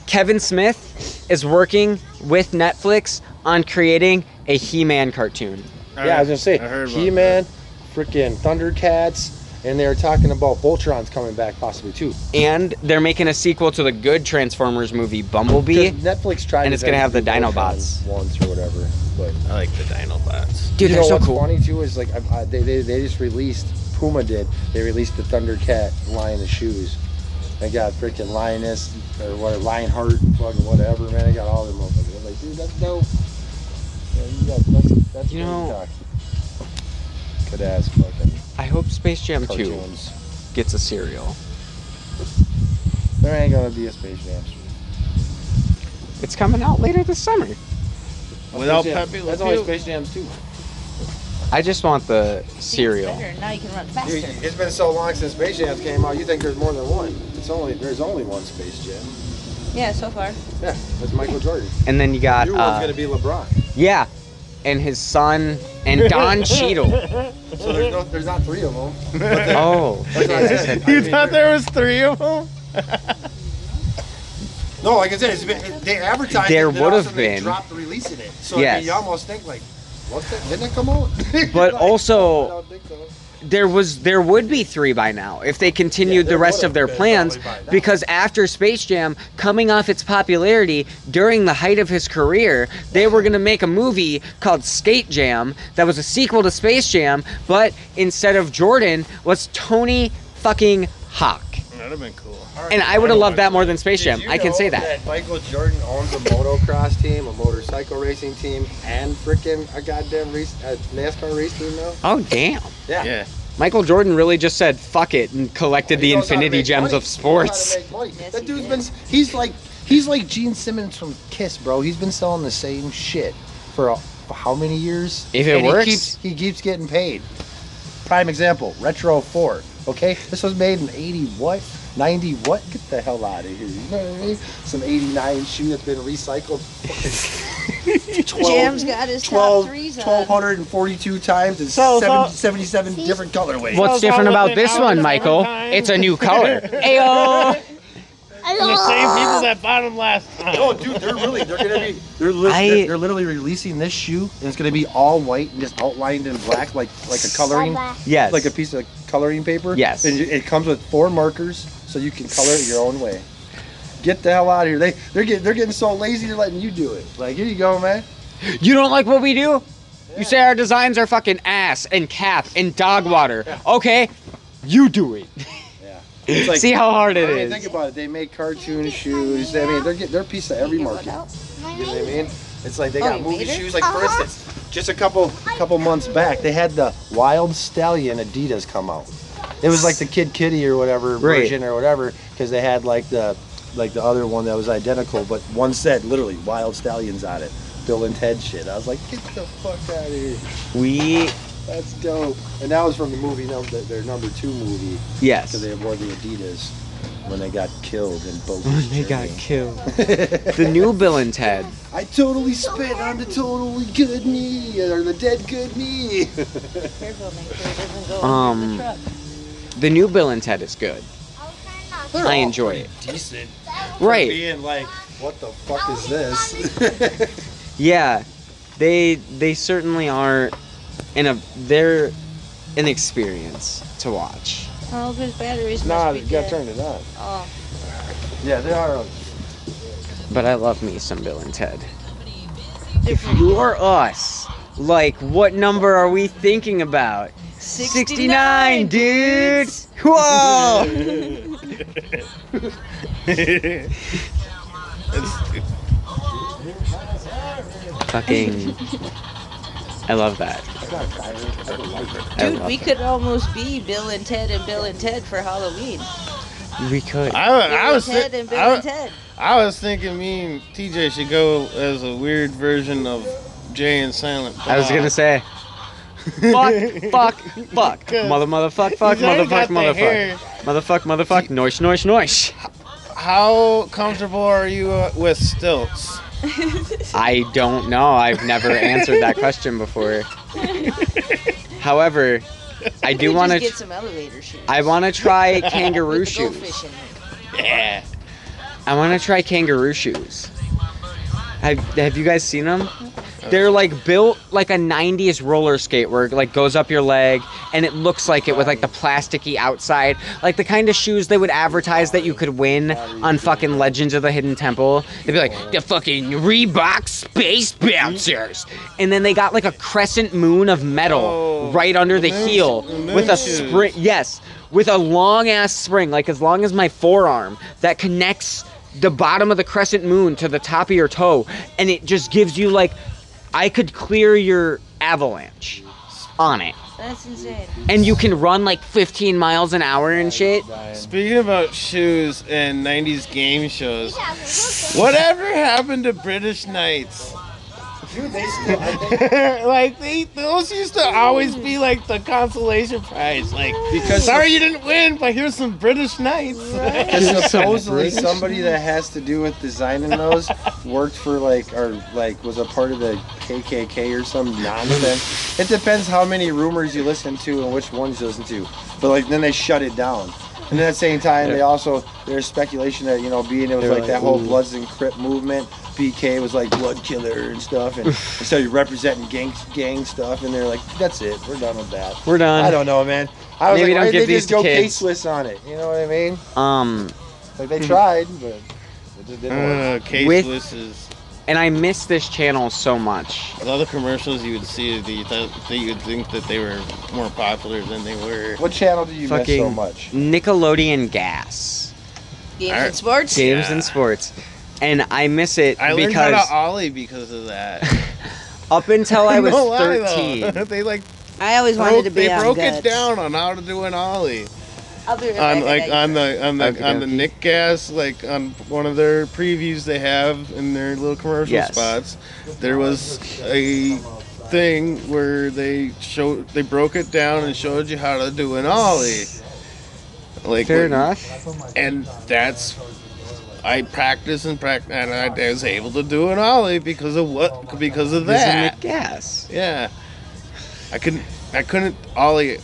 S1: Kevin Smith is working with Netflix on creating a He Man cartoon.
S2: I-
S5: yeah, I was gonna say
S2: I heard about
S5: He Man, freaking Thundercats, and they were talking about Voltron's coming back possibly too.
S1: And they're making a sequel to the good Transformers movie,
S5: 'Cause
S1: Bumblebee.
S5: Netflix tried,
S1: And
S5: to
S1: it's gonna have the
S5: do Voltron
S1: Dinobots.
S5: once or whatever. But
S2: that. I like the Dinobots.
S1: Dude,
S5: you
S1: they're
S5: know
S1: so
S5: what's
S1: cool.
S5: funny too is like I, I, they, they they just released Puma did they released the Thundercat line of shoes. They got freaking Lioness or what Lionheart, fucking whatever, man. They got all them motherfuckers. I'm like, dude, that's dope. Yeah, you got, that's that's
S1: You know-
S5: good ass fucking
S1: I hope Space Jam 2
S5: cartoons.
S1: gets a serial.
S5: There ain't gonna be a Space Jam.
S1: It's coming out later this summer.
S2: Without
S5: Space Jam.
S2: Pepe Le
S5: That's only
S2: Pew.
S5: Space Jams too.
S1: I just want the serial.
S3: Now you can run
S5: Dude,
S3: faster.
S5: it's been so long since Space Jam came out. You think there's more than one? It's only there's only one Space Jam.
S3: Yeah, so far.
S5: Yeah, that's Michael Jordan.
S1: And then you got
S5: Your one's
S1: uh,
S5: gonna be LeBron.
S1: yeah, and his son and Don Cheadle.
S5: So there's, no, there's not three of them.
S1: Oh,
S5: That's what I said.
S2: You thought there was three of them?
S5: No, like I said, it's been, they advertised.
S1: There
S5: it, then
S1: would
S5: all
S1: have
S5: of a sudden they
S1: been.
S5: Dropped the release in it, so I
S1: Yes.
S5: mean, you almost think like, what's that? Didn't it come out?
S1: But
S5: Like,
S1: also-
S5: I don't think so.
S1: there was there would be three by now if they continued
S5: Yeah,
S1: the
S5: there
S1: rest
S5: would've
S1: of their
S5: been
S1: plans
S5: probably by now.
S1: because after Space Jam coming off its popularity during the height of his career they were going to make a movie called Skate Jam that was a sequel to Space Jam but instead of Jordan was Tony fucking Hawk
S2: That'd have been cool.
S1: and I would have loved that more than Space Jam I can say that
S5: Michael Jordan owns a motocross team, a motorcycle racing team, and freaking a goddamn race, a NASCAR race team now.
S1: oh damn
S2: Yeah.
S1: Michael Jordan really just said fuck it and collected the
S5: He knows how to
S1: infinity
S5: make
S1: gems
S5: money.
S1: of
S5: He knows how to
S1: sports
S5: make money.
S3: Yes,
S5: that
S3: he
S5: dude's
S3: did.
S5: been. He's like. He's like Gene Simmons from Kiss, bro. He's been selling the same shit for, a, for how many years?
S1: If it
S5: And
S1: works.
S5: he keeps, he keeps getting paid. Prime example: Retro Four. Okay, this was made in eighty what? Ninety what? Get the hell out of here! You know what I mean? Some eighty-nine shoe that's been recycled. fucking 12
S3: Jam's got his top
S5: 12,
S3: threes uh, on.
S5: 1,242 times in
S2: So, so-
S5: 70 77 different
S1: What's
S5: colorways.
S2: Tells all
S1: different
S2: of
S1: about
S2: it
S1: this
S2: out
S1: one,
S2: every
S1: Michael?
S2: time.
S1: It's a new color. Ayo!
S2: And the same people that bought them last time.
S5: Oh, dude, they're really, they're gonna be, they're, li-
S1: I-
S5: they're, they're literally releasing this shoe, and it's gonna be all white and just outlined in black, like like a coloring,
S4: Bye-bye.
S1: Yes.
S5: like a piece of coloring paper.
S1: Yes.
S5: And you- it comes with four markers, so you can color it your own way. Get the hell out of here! They they're getting they're getting so lazy they're letting you do it. Like here you go, man.
S1: you don't like what we do? You say our designs are fucking ass and cap and dog water. Okay, you do it.
S5: It's like,
S1: See how hard it
S5: I mean, think
S1: is.
S5: about it. They make cartoon shoes. I mean, they're getting they're a piece of every market.
S4: My
S5: You know what I
S4: name-
S5: mean? It's like they
S3: Oh,
S5: got
S3: you
S5: movie
S3: made it?
S5: shoes. Like for
S4: Uh-huh.
S5: instance, just a couple couple months back, they had the Wild Stallion Adidas come out. It was like the Kid Kitty or whatever
S1: Right.
S5: version or whatever, because they had like the like the other one that was identical, but one said literally Wild Stallions on it. Bill and Ted shit. I was like, get the fuck out of here.
S1: We
S5: That's dope. And that was from the movie, num- their- their number two movie, because
S1: yes.
S5: they wore the Adidas when they got killed in Bogus.
S1: When they got killed. The new Bill and Ted.
S5: I totally spit on the totally good knee or the dead good knee.
S3: Careful, make sure it doesn't go
S1: Um,
S3: under the truck.
S1: The new Bill and Ted is good. I enjoy it.
S5: Decent.
S1: Right.
S5: Being like, what the fuck is this?
S1: Yeah. They they certainly are in a they're an experience to watch.
S3: Oh, his batteries
S5: nah,
S3: must
S5: you
S3: be dead.
S5: gotta turn it on.
S3: Oh,
S5: Yeah, they are. on.
S1: But I love me some Bill and Ted. If
S3: different.
S1: you're us, like, what number are we thinking about? 69, dude! Whoa! Fucking. I love that. I
S3: Dude,
S1: love
S3: we could almost be Bill and Ted and Bill and Ted for Halloween.
S1: that. We could.
S2: I, wa-
S3: Bill
S2: I was
S3: and Ted
S2: thi-
S3: and Bill
S2: I, wa-
S3: and Ted.
S2: I was thinking me and TJ should go as a weird version of Jay and Silent.
S1: I was gonna
S2: Bob.
S1: say. fuck, fuck, fuck. Mother, mother, fuck, fuck,
S2: He's already
S1: motherfuck,
S2: got the
S1: motherfuck.
S2: hair.
S1: Motherfuck, motherfuck, noish, noish, noish.
S2: How comfortable are you uh, with stilts?
S1: I don't know. I've never answered that question before. However, I do
S3: We
S1: want
S3: just
S1: to.
S3: get some elevator shoes.
S1: I want to try kangaroo
S3: With the goldfish
S1: shoes.
S3: in them.
S2: Yeah.
S1: I want to try kangaroo shoes. Have, have you guys seen them? They're like built like a 90s roller skate where it like goes up your leg and it looks like it with like the plasticky outside. Like the kind of shoes they would advertise that you could win on fucking Legends of the Hidden Temple. They'd be like, the fucking Reebok Space Bouncers. And then they got like a crescent moon of metal
S2: Oh,
S1: right under the
S2: moon-
S1: heel
S2: moon
S1: with a
S2: shoes.
S1: spring. Yes, with a long ass spring, like as long as my forearm, that connects the bottom of the crescent moon to the top of your toe, and it just gives you like, I could clear your avalanche on it,
S3: That's insane.
S1: and you can run like 15 miles an hour and shit.
S2: Speaking about shoes and 90s game shows,
S4: Yeah, look at-
S2: whatever happened to British Knights?
S5: Dude, they still. I think
S2: like they, those used to always be like the consolation prize. Like,
S5: Because-
S2: sorry you didn't win, but here's some British Knights.
S5: Because supposedly somebody that has to do with designing those worked for like or like was a part of the KKK or some nonsense. It depends how many rumors you listen to and which ones you listen to. But like then they shut it down. And at the same time,
S1: Yeah.
S5: they also there's speculation that you know being it was
S1: They were
S5: like,
S1: like,
S5: that whole
S1: "Ooh."
S5: Bloods and Crip movement. BK was like blood killer and stuff, and so you're representing gang gang stuff, and they're like, that's it, we're done with that.
S1: We're done.
S5: I don't know, man. I was
S1: Maybe
S5: like,
S1: don't
S5: why
S1: give
S5: did they
S1: these
S5: just
S1: to
S5: go
S1: kids.
S5: K-Swiss on it? You know what I mean?
S1: Um,
S5: Like they tried, but it just didn't work.
S2: Uh, Case
S1: With-
S2: Bliss is.
S1: and I miss this channel so much.
S2: A lot of commercials you would see that you, thought, that you would think that they were more popular than they were.
S5: What channel did you miss so
S1: Mm. Fucking-
S5: much?
S1: Nickelodeon Gas,
S3: Games
S2: Alright.
S3: and sports.
S1: games
S2: Yeah.
S1: and sports, and I miss it
S2: I learned how
S1: because
S2: to uh, ollie because of that.
S1: up until I was
S2: No lie, though.
S1: thirteen,
S2: they like
S3: I always wanted
S2: broke,
S3: to be
S2: they
S3: on
S2: broke
S3: guts.
S2: it down on how to do an ollie
S3: I'll be
S2: on
S3: right back, I
S2: like
S3: got you.
S2: on the on the
S1: Okay,
S2: on the
S1: okay.
S2: Nick Gas like on one of their previews they have in their little commercial
S1: Yes.
S2: spots. There was a thing where they showed they broke it down and showed you how to do an ollie. Like
S1: fair
S2: when-
S1: enough.
S2: and that's I practiced and practiced, and I was able to do an ollie because of what? Because of
S1: This is
S2: that.
S1: Nick Gas.
S2: Yeah, I couldn't. I couldn't ollie.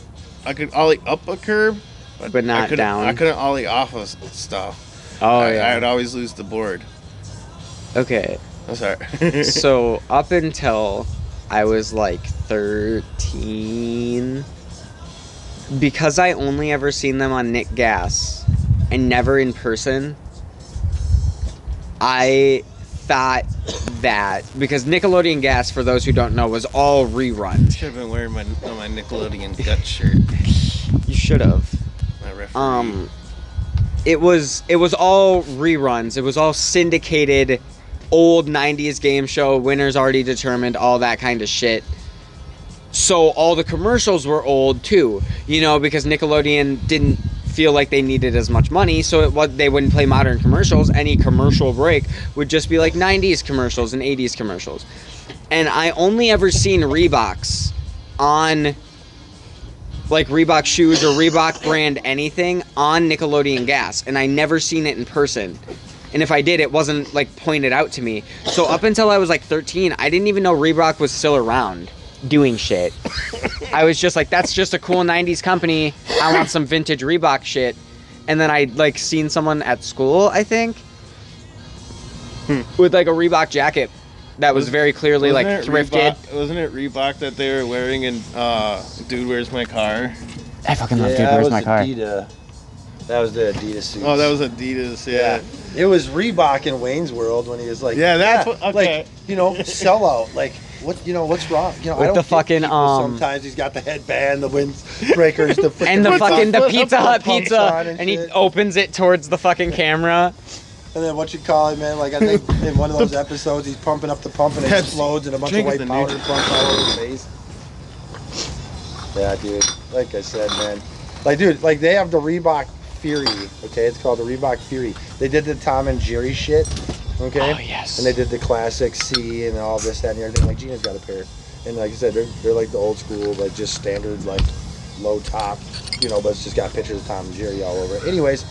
S2: I could ollie up a curb,
S1: But not
S2: I couldn't-
S1: down.
S2: I couldn't ollie off of s- stuff.
S1: Oh
S2: I,
S1: yeah.
S2: I'd always lose the board.
S1: okay.
S2: I'm sorry.
S1: so up until I was like 13, because I only ever seen them on Nick Gas and never in person, I thought that because Nickelodeon Gas, for those who don't know, was all reruns.
S2: should have been wearing my uh, my Nickelodeon gut shirt.
S1: You should have.
S2: My referee.
S1: Um, it was it was all reruns. It was all syndicated, old '90s game show. Winners already determined. All that kind of shit. So all the commercials were old too. You know, because Nickelodeon didn't feel like they needed as much money, so it was, they wouldn't play modern commercials. Any commercial break would just be like '90s commercials and '80s commercials. And I only ever seen Reeboks on like Reebok shoes or Reebok brand anything on Nickelodeon Gas, and I never seen it in person. And if I did, it wasn't like pointed out to me. So up until I was like 13, I didn't even know Reebok was still around doing shit. I was just like, that's just a cool 90s company. I want some vintage Reebok shit. And then I like seen someone at school, I think,
S2: Hmm.
S1: with like a Reebok jacket that was very clearly like
S2: Wasn't it
S1: thrifted.
S2: Reebok- wasn't it Reebok that they were wearing in uh, Dude Where's My Car?
S1: I fucking love Dude,
S5: that
S1: Where's
S5: was
S1: My Car?
S5: Adidas. That was the Adidas suits.
S2: Oh, that was Adidas. Yeah.
S5: It was Reebok in Wayne's World when he was like,
S2: Yeah, that's what- okay.
S5: like you know, sellout. Like what you know, what's wrong? You know,
S1: With
S5: I don't
S1: the
S5: get
S1: fucking,
S5: people
S1: um,
S5: Sometimes he's got the headband, the windbreakers, the freaking
S1: and the
S5: pumps on-
S1: fucking the
S5: pumps
S1: Pizza
S5: on
S1: Hut
S5: and
S1: pizza,
S5: shit.
S1: and he opens it towards the fucking camera.
S5: And then what you call it, man? Like I think in one of those episodes, he's pumping up the pump and it
S2: Pepsi.
S5: explodes, and a bunch
S2: Drink
S5: of
S2: the
S5: white
S2: new-
S5: powder pumps all over his face. Yeah, dude. Like I said, man. Like, dude, like they have the Reebok Fury. Okay, it's called the Reebok Fury. They did the Tom and Jerry shit. Okay.
S1: Oh yes.
S5: And they did the classic C and all this, that, and everything. Like Gina's got a pair, and like I said, they're, they're like the old school, like just standard, like low top, you know. But it's just got pictures of Tom and Jerry all over it. Anyways,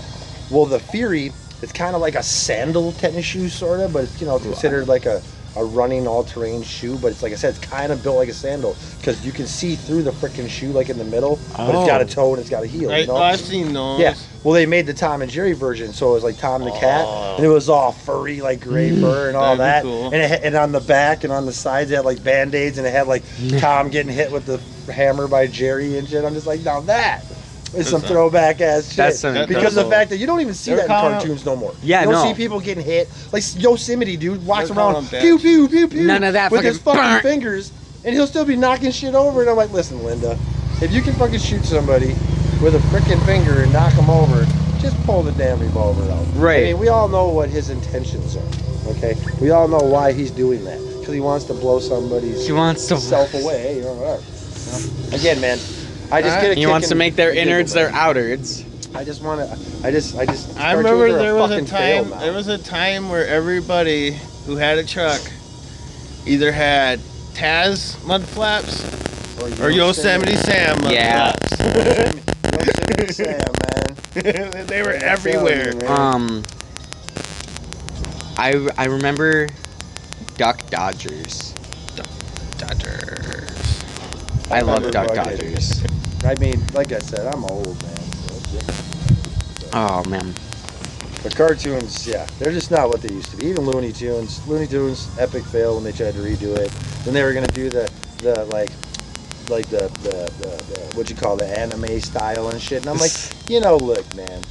S5: well, the Fury, it's kind of like a sandal tennis shoe, sort of, but it's you know considered like a a running all-terrain shoe. But it's like I said, it's kind of built like a sandal because you can see through the freaking shoe, like in the middle, but it's got a
S1: Oh.
S5: toe and it's got a heel.
S2: Right?
S5: you know?
S2: Oh, I've seen those.
S5: Yeah. Well, they made the Tom and Jerry version, so it was like Tom the cat, and it was all furry, like gray
S1: Mm.
S5: fur and all
S2: Oh. That'd be
S5: that.
S2: cool.
S5: And it, had- and on the back and on the sides, it had like band aids, and it had like Tom getting hit with the hammer by Jerry and shit. I'm just like, now that is some
S2: That's not-
S5: throwback ass shit.
S1: That's some-
S5: because the
S2: that's-
S5: fact that you don't even see
S2: They're
S5: that in
S2: calling out-
S5: cartoons no more.
S1: Yeah,
S5: you don't
S1: no.
S5: see people getting hit. Like Yosemite dude walks
S2: They're
S5: around,
S2: calling them
S5: pew pew pew pew,
S1: None of that
S5: with his
S1: fucking
S5: fucking
S1: burnt.
S5: fingers, and he'll still be knocking shit over. And I'm like, listen, Linda, if you can fucking shoot somebody with a freaking finger and knock him over, just pull the damn revolver out.
S1: Right.
S5: I mean, we all know what his intentions are. Okay. We all know why he's doing that because he wants to blow somebody's
S1: He wants to.
S5: self away. You know, whatever. You know? Again, man, I just get a
S1: He
S5: kick
S1: wants to
S5: and
S1: make their
S5: a giggle,
S1: innards their
S5: man.
S1: outards.
S5: I just want to. I just. I just.
S2: I
S5: cartoons
S2: remember
S5: are
S2: there was a
S5: fucking fail
S2: time.
S5: now.
S2: There was a time where everybody who had a truck either had Taz mud flaps or Yosemite Sam mud
S1: Yeah.
S2: flaps.
S5: Yosemite Sam, man.
S2: they were
S5: I'm telling you,
S2: everywhere.
S5: man.
S1: Um, I I remember Duck Dodgers.
S2: Dodgers.
S1: I love
S5: remember
S1: Duck
S5: Buccaneers.
S1: Dodgers.
S5: I mean, like I said, I'm old, man. so it's different.
S1: Oh man.
S5: The cartoons, yeah, they're just not what they used to be. Even Looney Tunes, Looney Tunes, epic fail when they tried to redo it. Then they were gonna do the, the like, like the the, the, the what you call the anime style and shit. And I'm like, you know, look, man,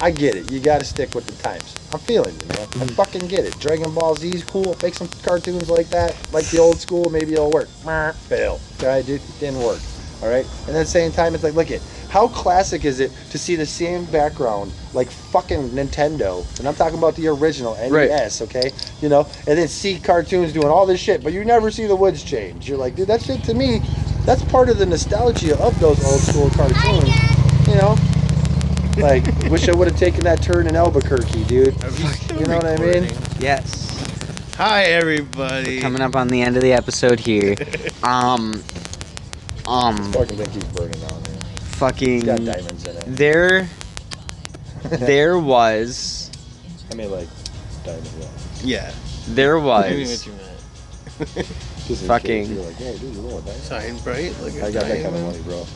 S5: I get it. You gotta stick with the times. I'm feeling you, man. I fucking get it. Dragon Ball Z's cool. Make some cartoons like that, like the old school. Maybe it'll work. Meh, Fail. Tried it, didn't work. All right. And at the same time, it's like, look it. How classic is it to see the same background, like fucking Nintendo, and I'm talking about the original NES, okay? You know, and then see cartoons doing all this shit, but you never see the woods change. You're like, dude, that shit to me, that's part of the nostalgia of those old school cartoons. You know, like wish I would have taken that turn in Albuquerque, dude.
S2: Are we still
S5: You know what I mean?
S2: recording?
S1: Yes.
S2: Hi, everybody.
S1: Coming up on the end of the episode here. Um. Um.
S5: Fucking thing keeps burning down there. It's
S1: Fucking.
S5: got diamonds in it.
S1: There. There was.
S5: I mean, like diamonds. Yeah.
S2: Yeah.
S1: There
S2: I knew
S1: was.
S2: what you meant.
S5: Just in case
S1: Fucking-
S5: You're like, hey, dude, you know what? diamonds-
S2: Sign bright. Look at
S5: I got that kind of
S2: diamond.
S5: money,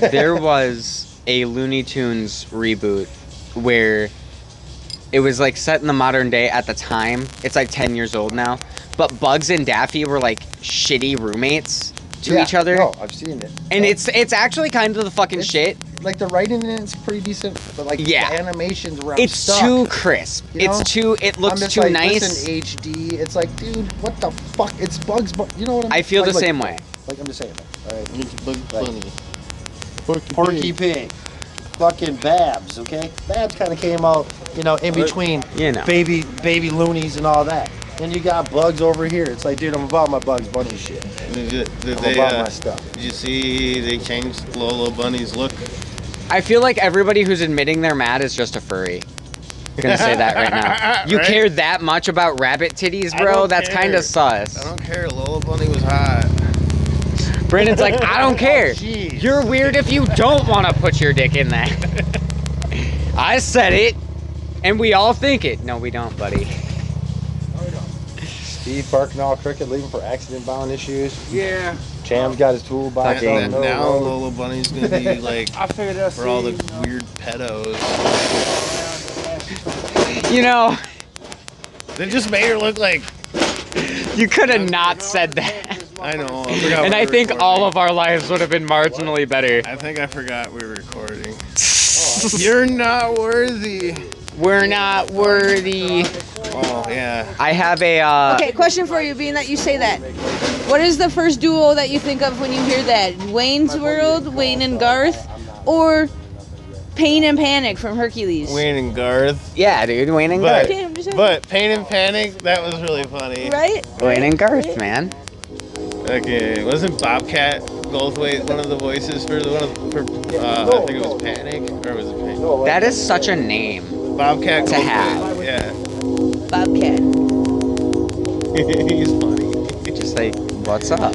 S5: bro.
S1: there was a Looney Tunes reboot where it was like set in the modern day at the time. It's like 10 years old now. But Bugs and Daffy were like shitty roommates to
S5: Yeah,
S1: each other.
S5: No, I've seen it.
S1: And
S5: No.
S1: it's it's actually kind of the fucking
S5: It's-
S1: shit.
S5: like the writing in it's pretty decent, but like
S1: Yeah.
S5: the animations were
S1: It's
S5: stuck.
S1: too crisp.
S5: You know?
S1: It's too it
S5: I'm
S1: looks
S5: just
S1: too
S5: like,
S1: nice.
S5: Listen, HD. It's like, dude, what the fuck? It's Bugs Bunny. You know what I mean?
S1: I feel
S5: like,
S1: the
S5: like-
S1: same way.
S5: Like I'm just saying. That. All right.
S2: It's Bugs
S5: Like-
S2: Bunny.
S5: Porky Pig. Fucking Babs, okay? Babs kind of came out, you know, in between
S1: You know.
S5: baby baby loonies and all that. Then you got Bugs over here. It's like, dude, I'm about my Bugs Bunny shit.
S2: Did, you- did
S5: I'm
S2: they,
S5: about
S2: uh,
S5: my stuff.
S2: did you see they changed Lolo Bunny's look?
S1: I feel like everybody who's admitting they're mad is just a furry. Gonna say that right now. You
S2: Right?
S1: care that much about rabbit titties,
S2: I
S1: bro?
S2: don't
S1: That's
S2: care.
S1: kind of
S2: I
S1: sus.
S2: don't care. Lolo Bunny was hot.
S1: Brandon's like, I don't care.
S2: Oh, Jeez.
S1: You're weird if you don't want to put your dick in that. I said it, and we all think it. No, we don't, buddy.
S5: Steve barking all crooked, leaving for accident bound issues.
S6: Yeah.
S5: Cham's got his toolbox
S1: Fucking-
S5: out.
S2: And
S5: No,
S2: now
S5: no.
S2: Lolo Bunny's gonna be like
S6: I figured out.
S2: for all the weird pedos.
S1: You know,
S2: They just made her look like
S1: you could have not said that.
S2: I know. I forgot
S1: And
S2: we
S1: I
S2: were
S1: think all
S2: recording.
S1: of our lives would have been marginally better.
S2: I think I forgot we were recording. You're not worthy.
S1: We're not worthy.
S2: Oh yeah.
S1: I have a uh,
S3: Okay, question for you, being that you say that. What is the first duo that you think of when you hear that? Wayne's World, Wayne and Garth, or Pain and Panic from Hercules?
S2: Wayne and Garth.
S1: yeah, dude, Wayne and
S2: But-
S1: Garth.
S3: Okay, I'm just saying.
S2: But Pain and Panic, that was really funny.
S3: right?
S1: Wayne and Garth, man.
S2: Okay, wasn't Bobcat Goldthwait one of the voices for the one of for uh, I think it was Panic or was it Panic?
S5: No,
S1: That is such a name.
S2: Bobcat
S1: To have.
S2: Goldthwait. Yeah,
S3: Bobcat.
S2: he's funny.
S1: Just like, what's up?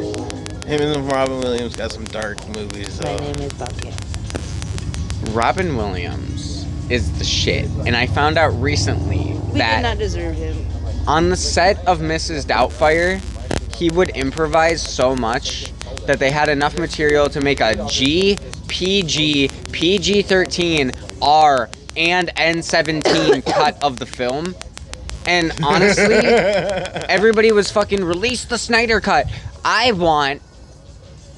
S2: Him and Robin Williams got some dark movies
S3: My
S2: though.
S3: name is Bobcat.
S1: Robin Williams is the shit. And I found out recently
S3: We did
S1: that
S3: not deserve him.
S1: on the set of Mrs. Doubtfire, he would improvise so much that they had enough material to make a G, PG, PG 13, R, and N 17 cut of the film. And honestly, everybody was fucking release the Snyder cut. I want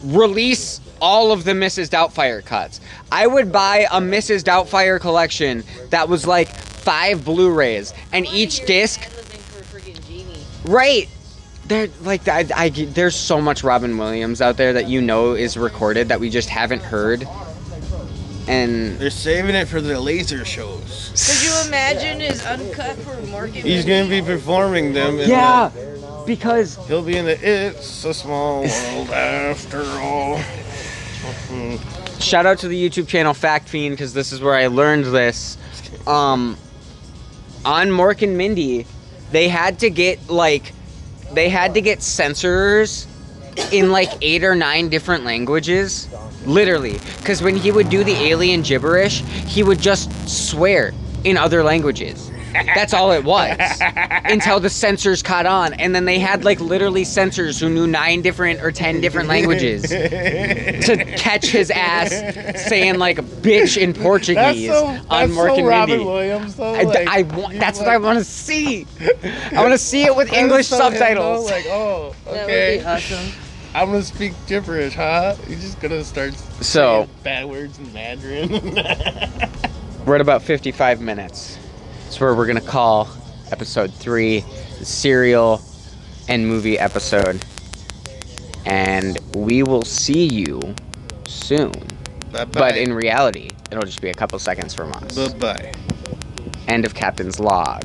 S1: release all of the Mrs. Doubtfire cuts. I would buy a Mrs. Doubtfire collection that was like five Blu-rays and each disc. Right. There, like, I, I, there's so much Robin Williams out there that you know is recorded that we just haven't heard. And
S2: They're saving it for the laser shows.
S3: Could you imagine his uncut for Morgan?
S2: He's gonna be performing them. In
S1: yeah, because
S2: The, he'll be in the It's a Small World After All.
S1: shout out to the YouTube channel Fact Fiend because this is where I learned this. Um, on Mork and Mindy, they had to get like, they had to get censors in like eight or nine different languages, literally. Because when he would do the alien gibberish, he would just swear in other languages. That's all it was. Until the censors caught on, and then they had like literally censors who knew nine different or ten different languages to catch his ass saying like bitch in Portuguese on Mark and
S2: Robin
S1: Mindy.
S2: Williams, though.
S1: I,
S2: like,
S1: I want.
S2: you
S1: That's what
S2: like-
S1: I want to see. I want to see it with
S2: That's
S1: English
S2: so him, though,
S1: subtitles.
S2: like, oh,
S3: That
S2: okay.
S3: would be awesome.
S2: I'm gonna speak gibberish, huh? You're just gonna start
S1: So-
S2: saying bad words in Mandarin.
S1: We're at about 55 minutes. That's where we're gonna call episode three, the serial and movie episode. And we will see you soon.
S2: Bye-bye.
S1: But in reality, it'll just be a couple seconds from us.
S2: Bye-bye.
S1: End of Captain's Log.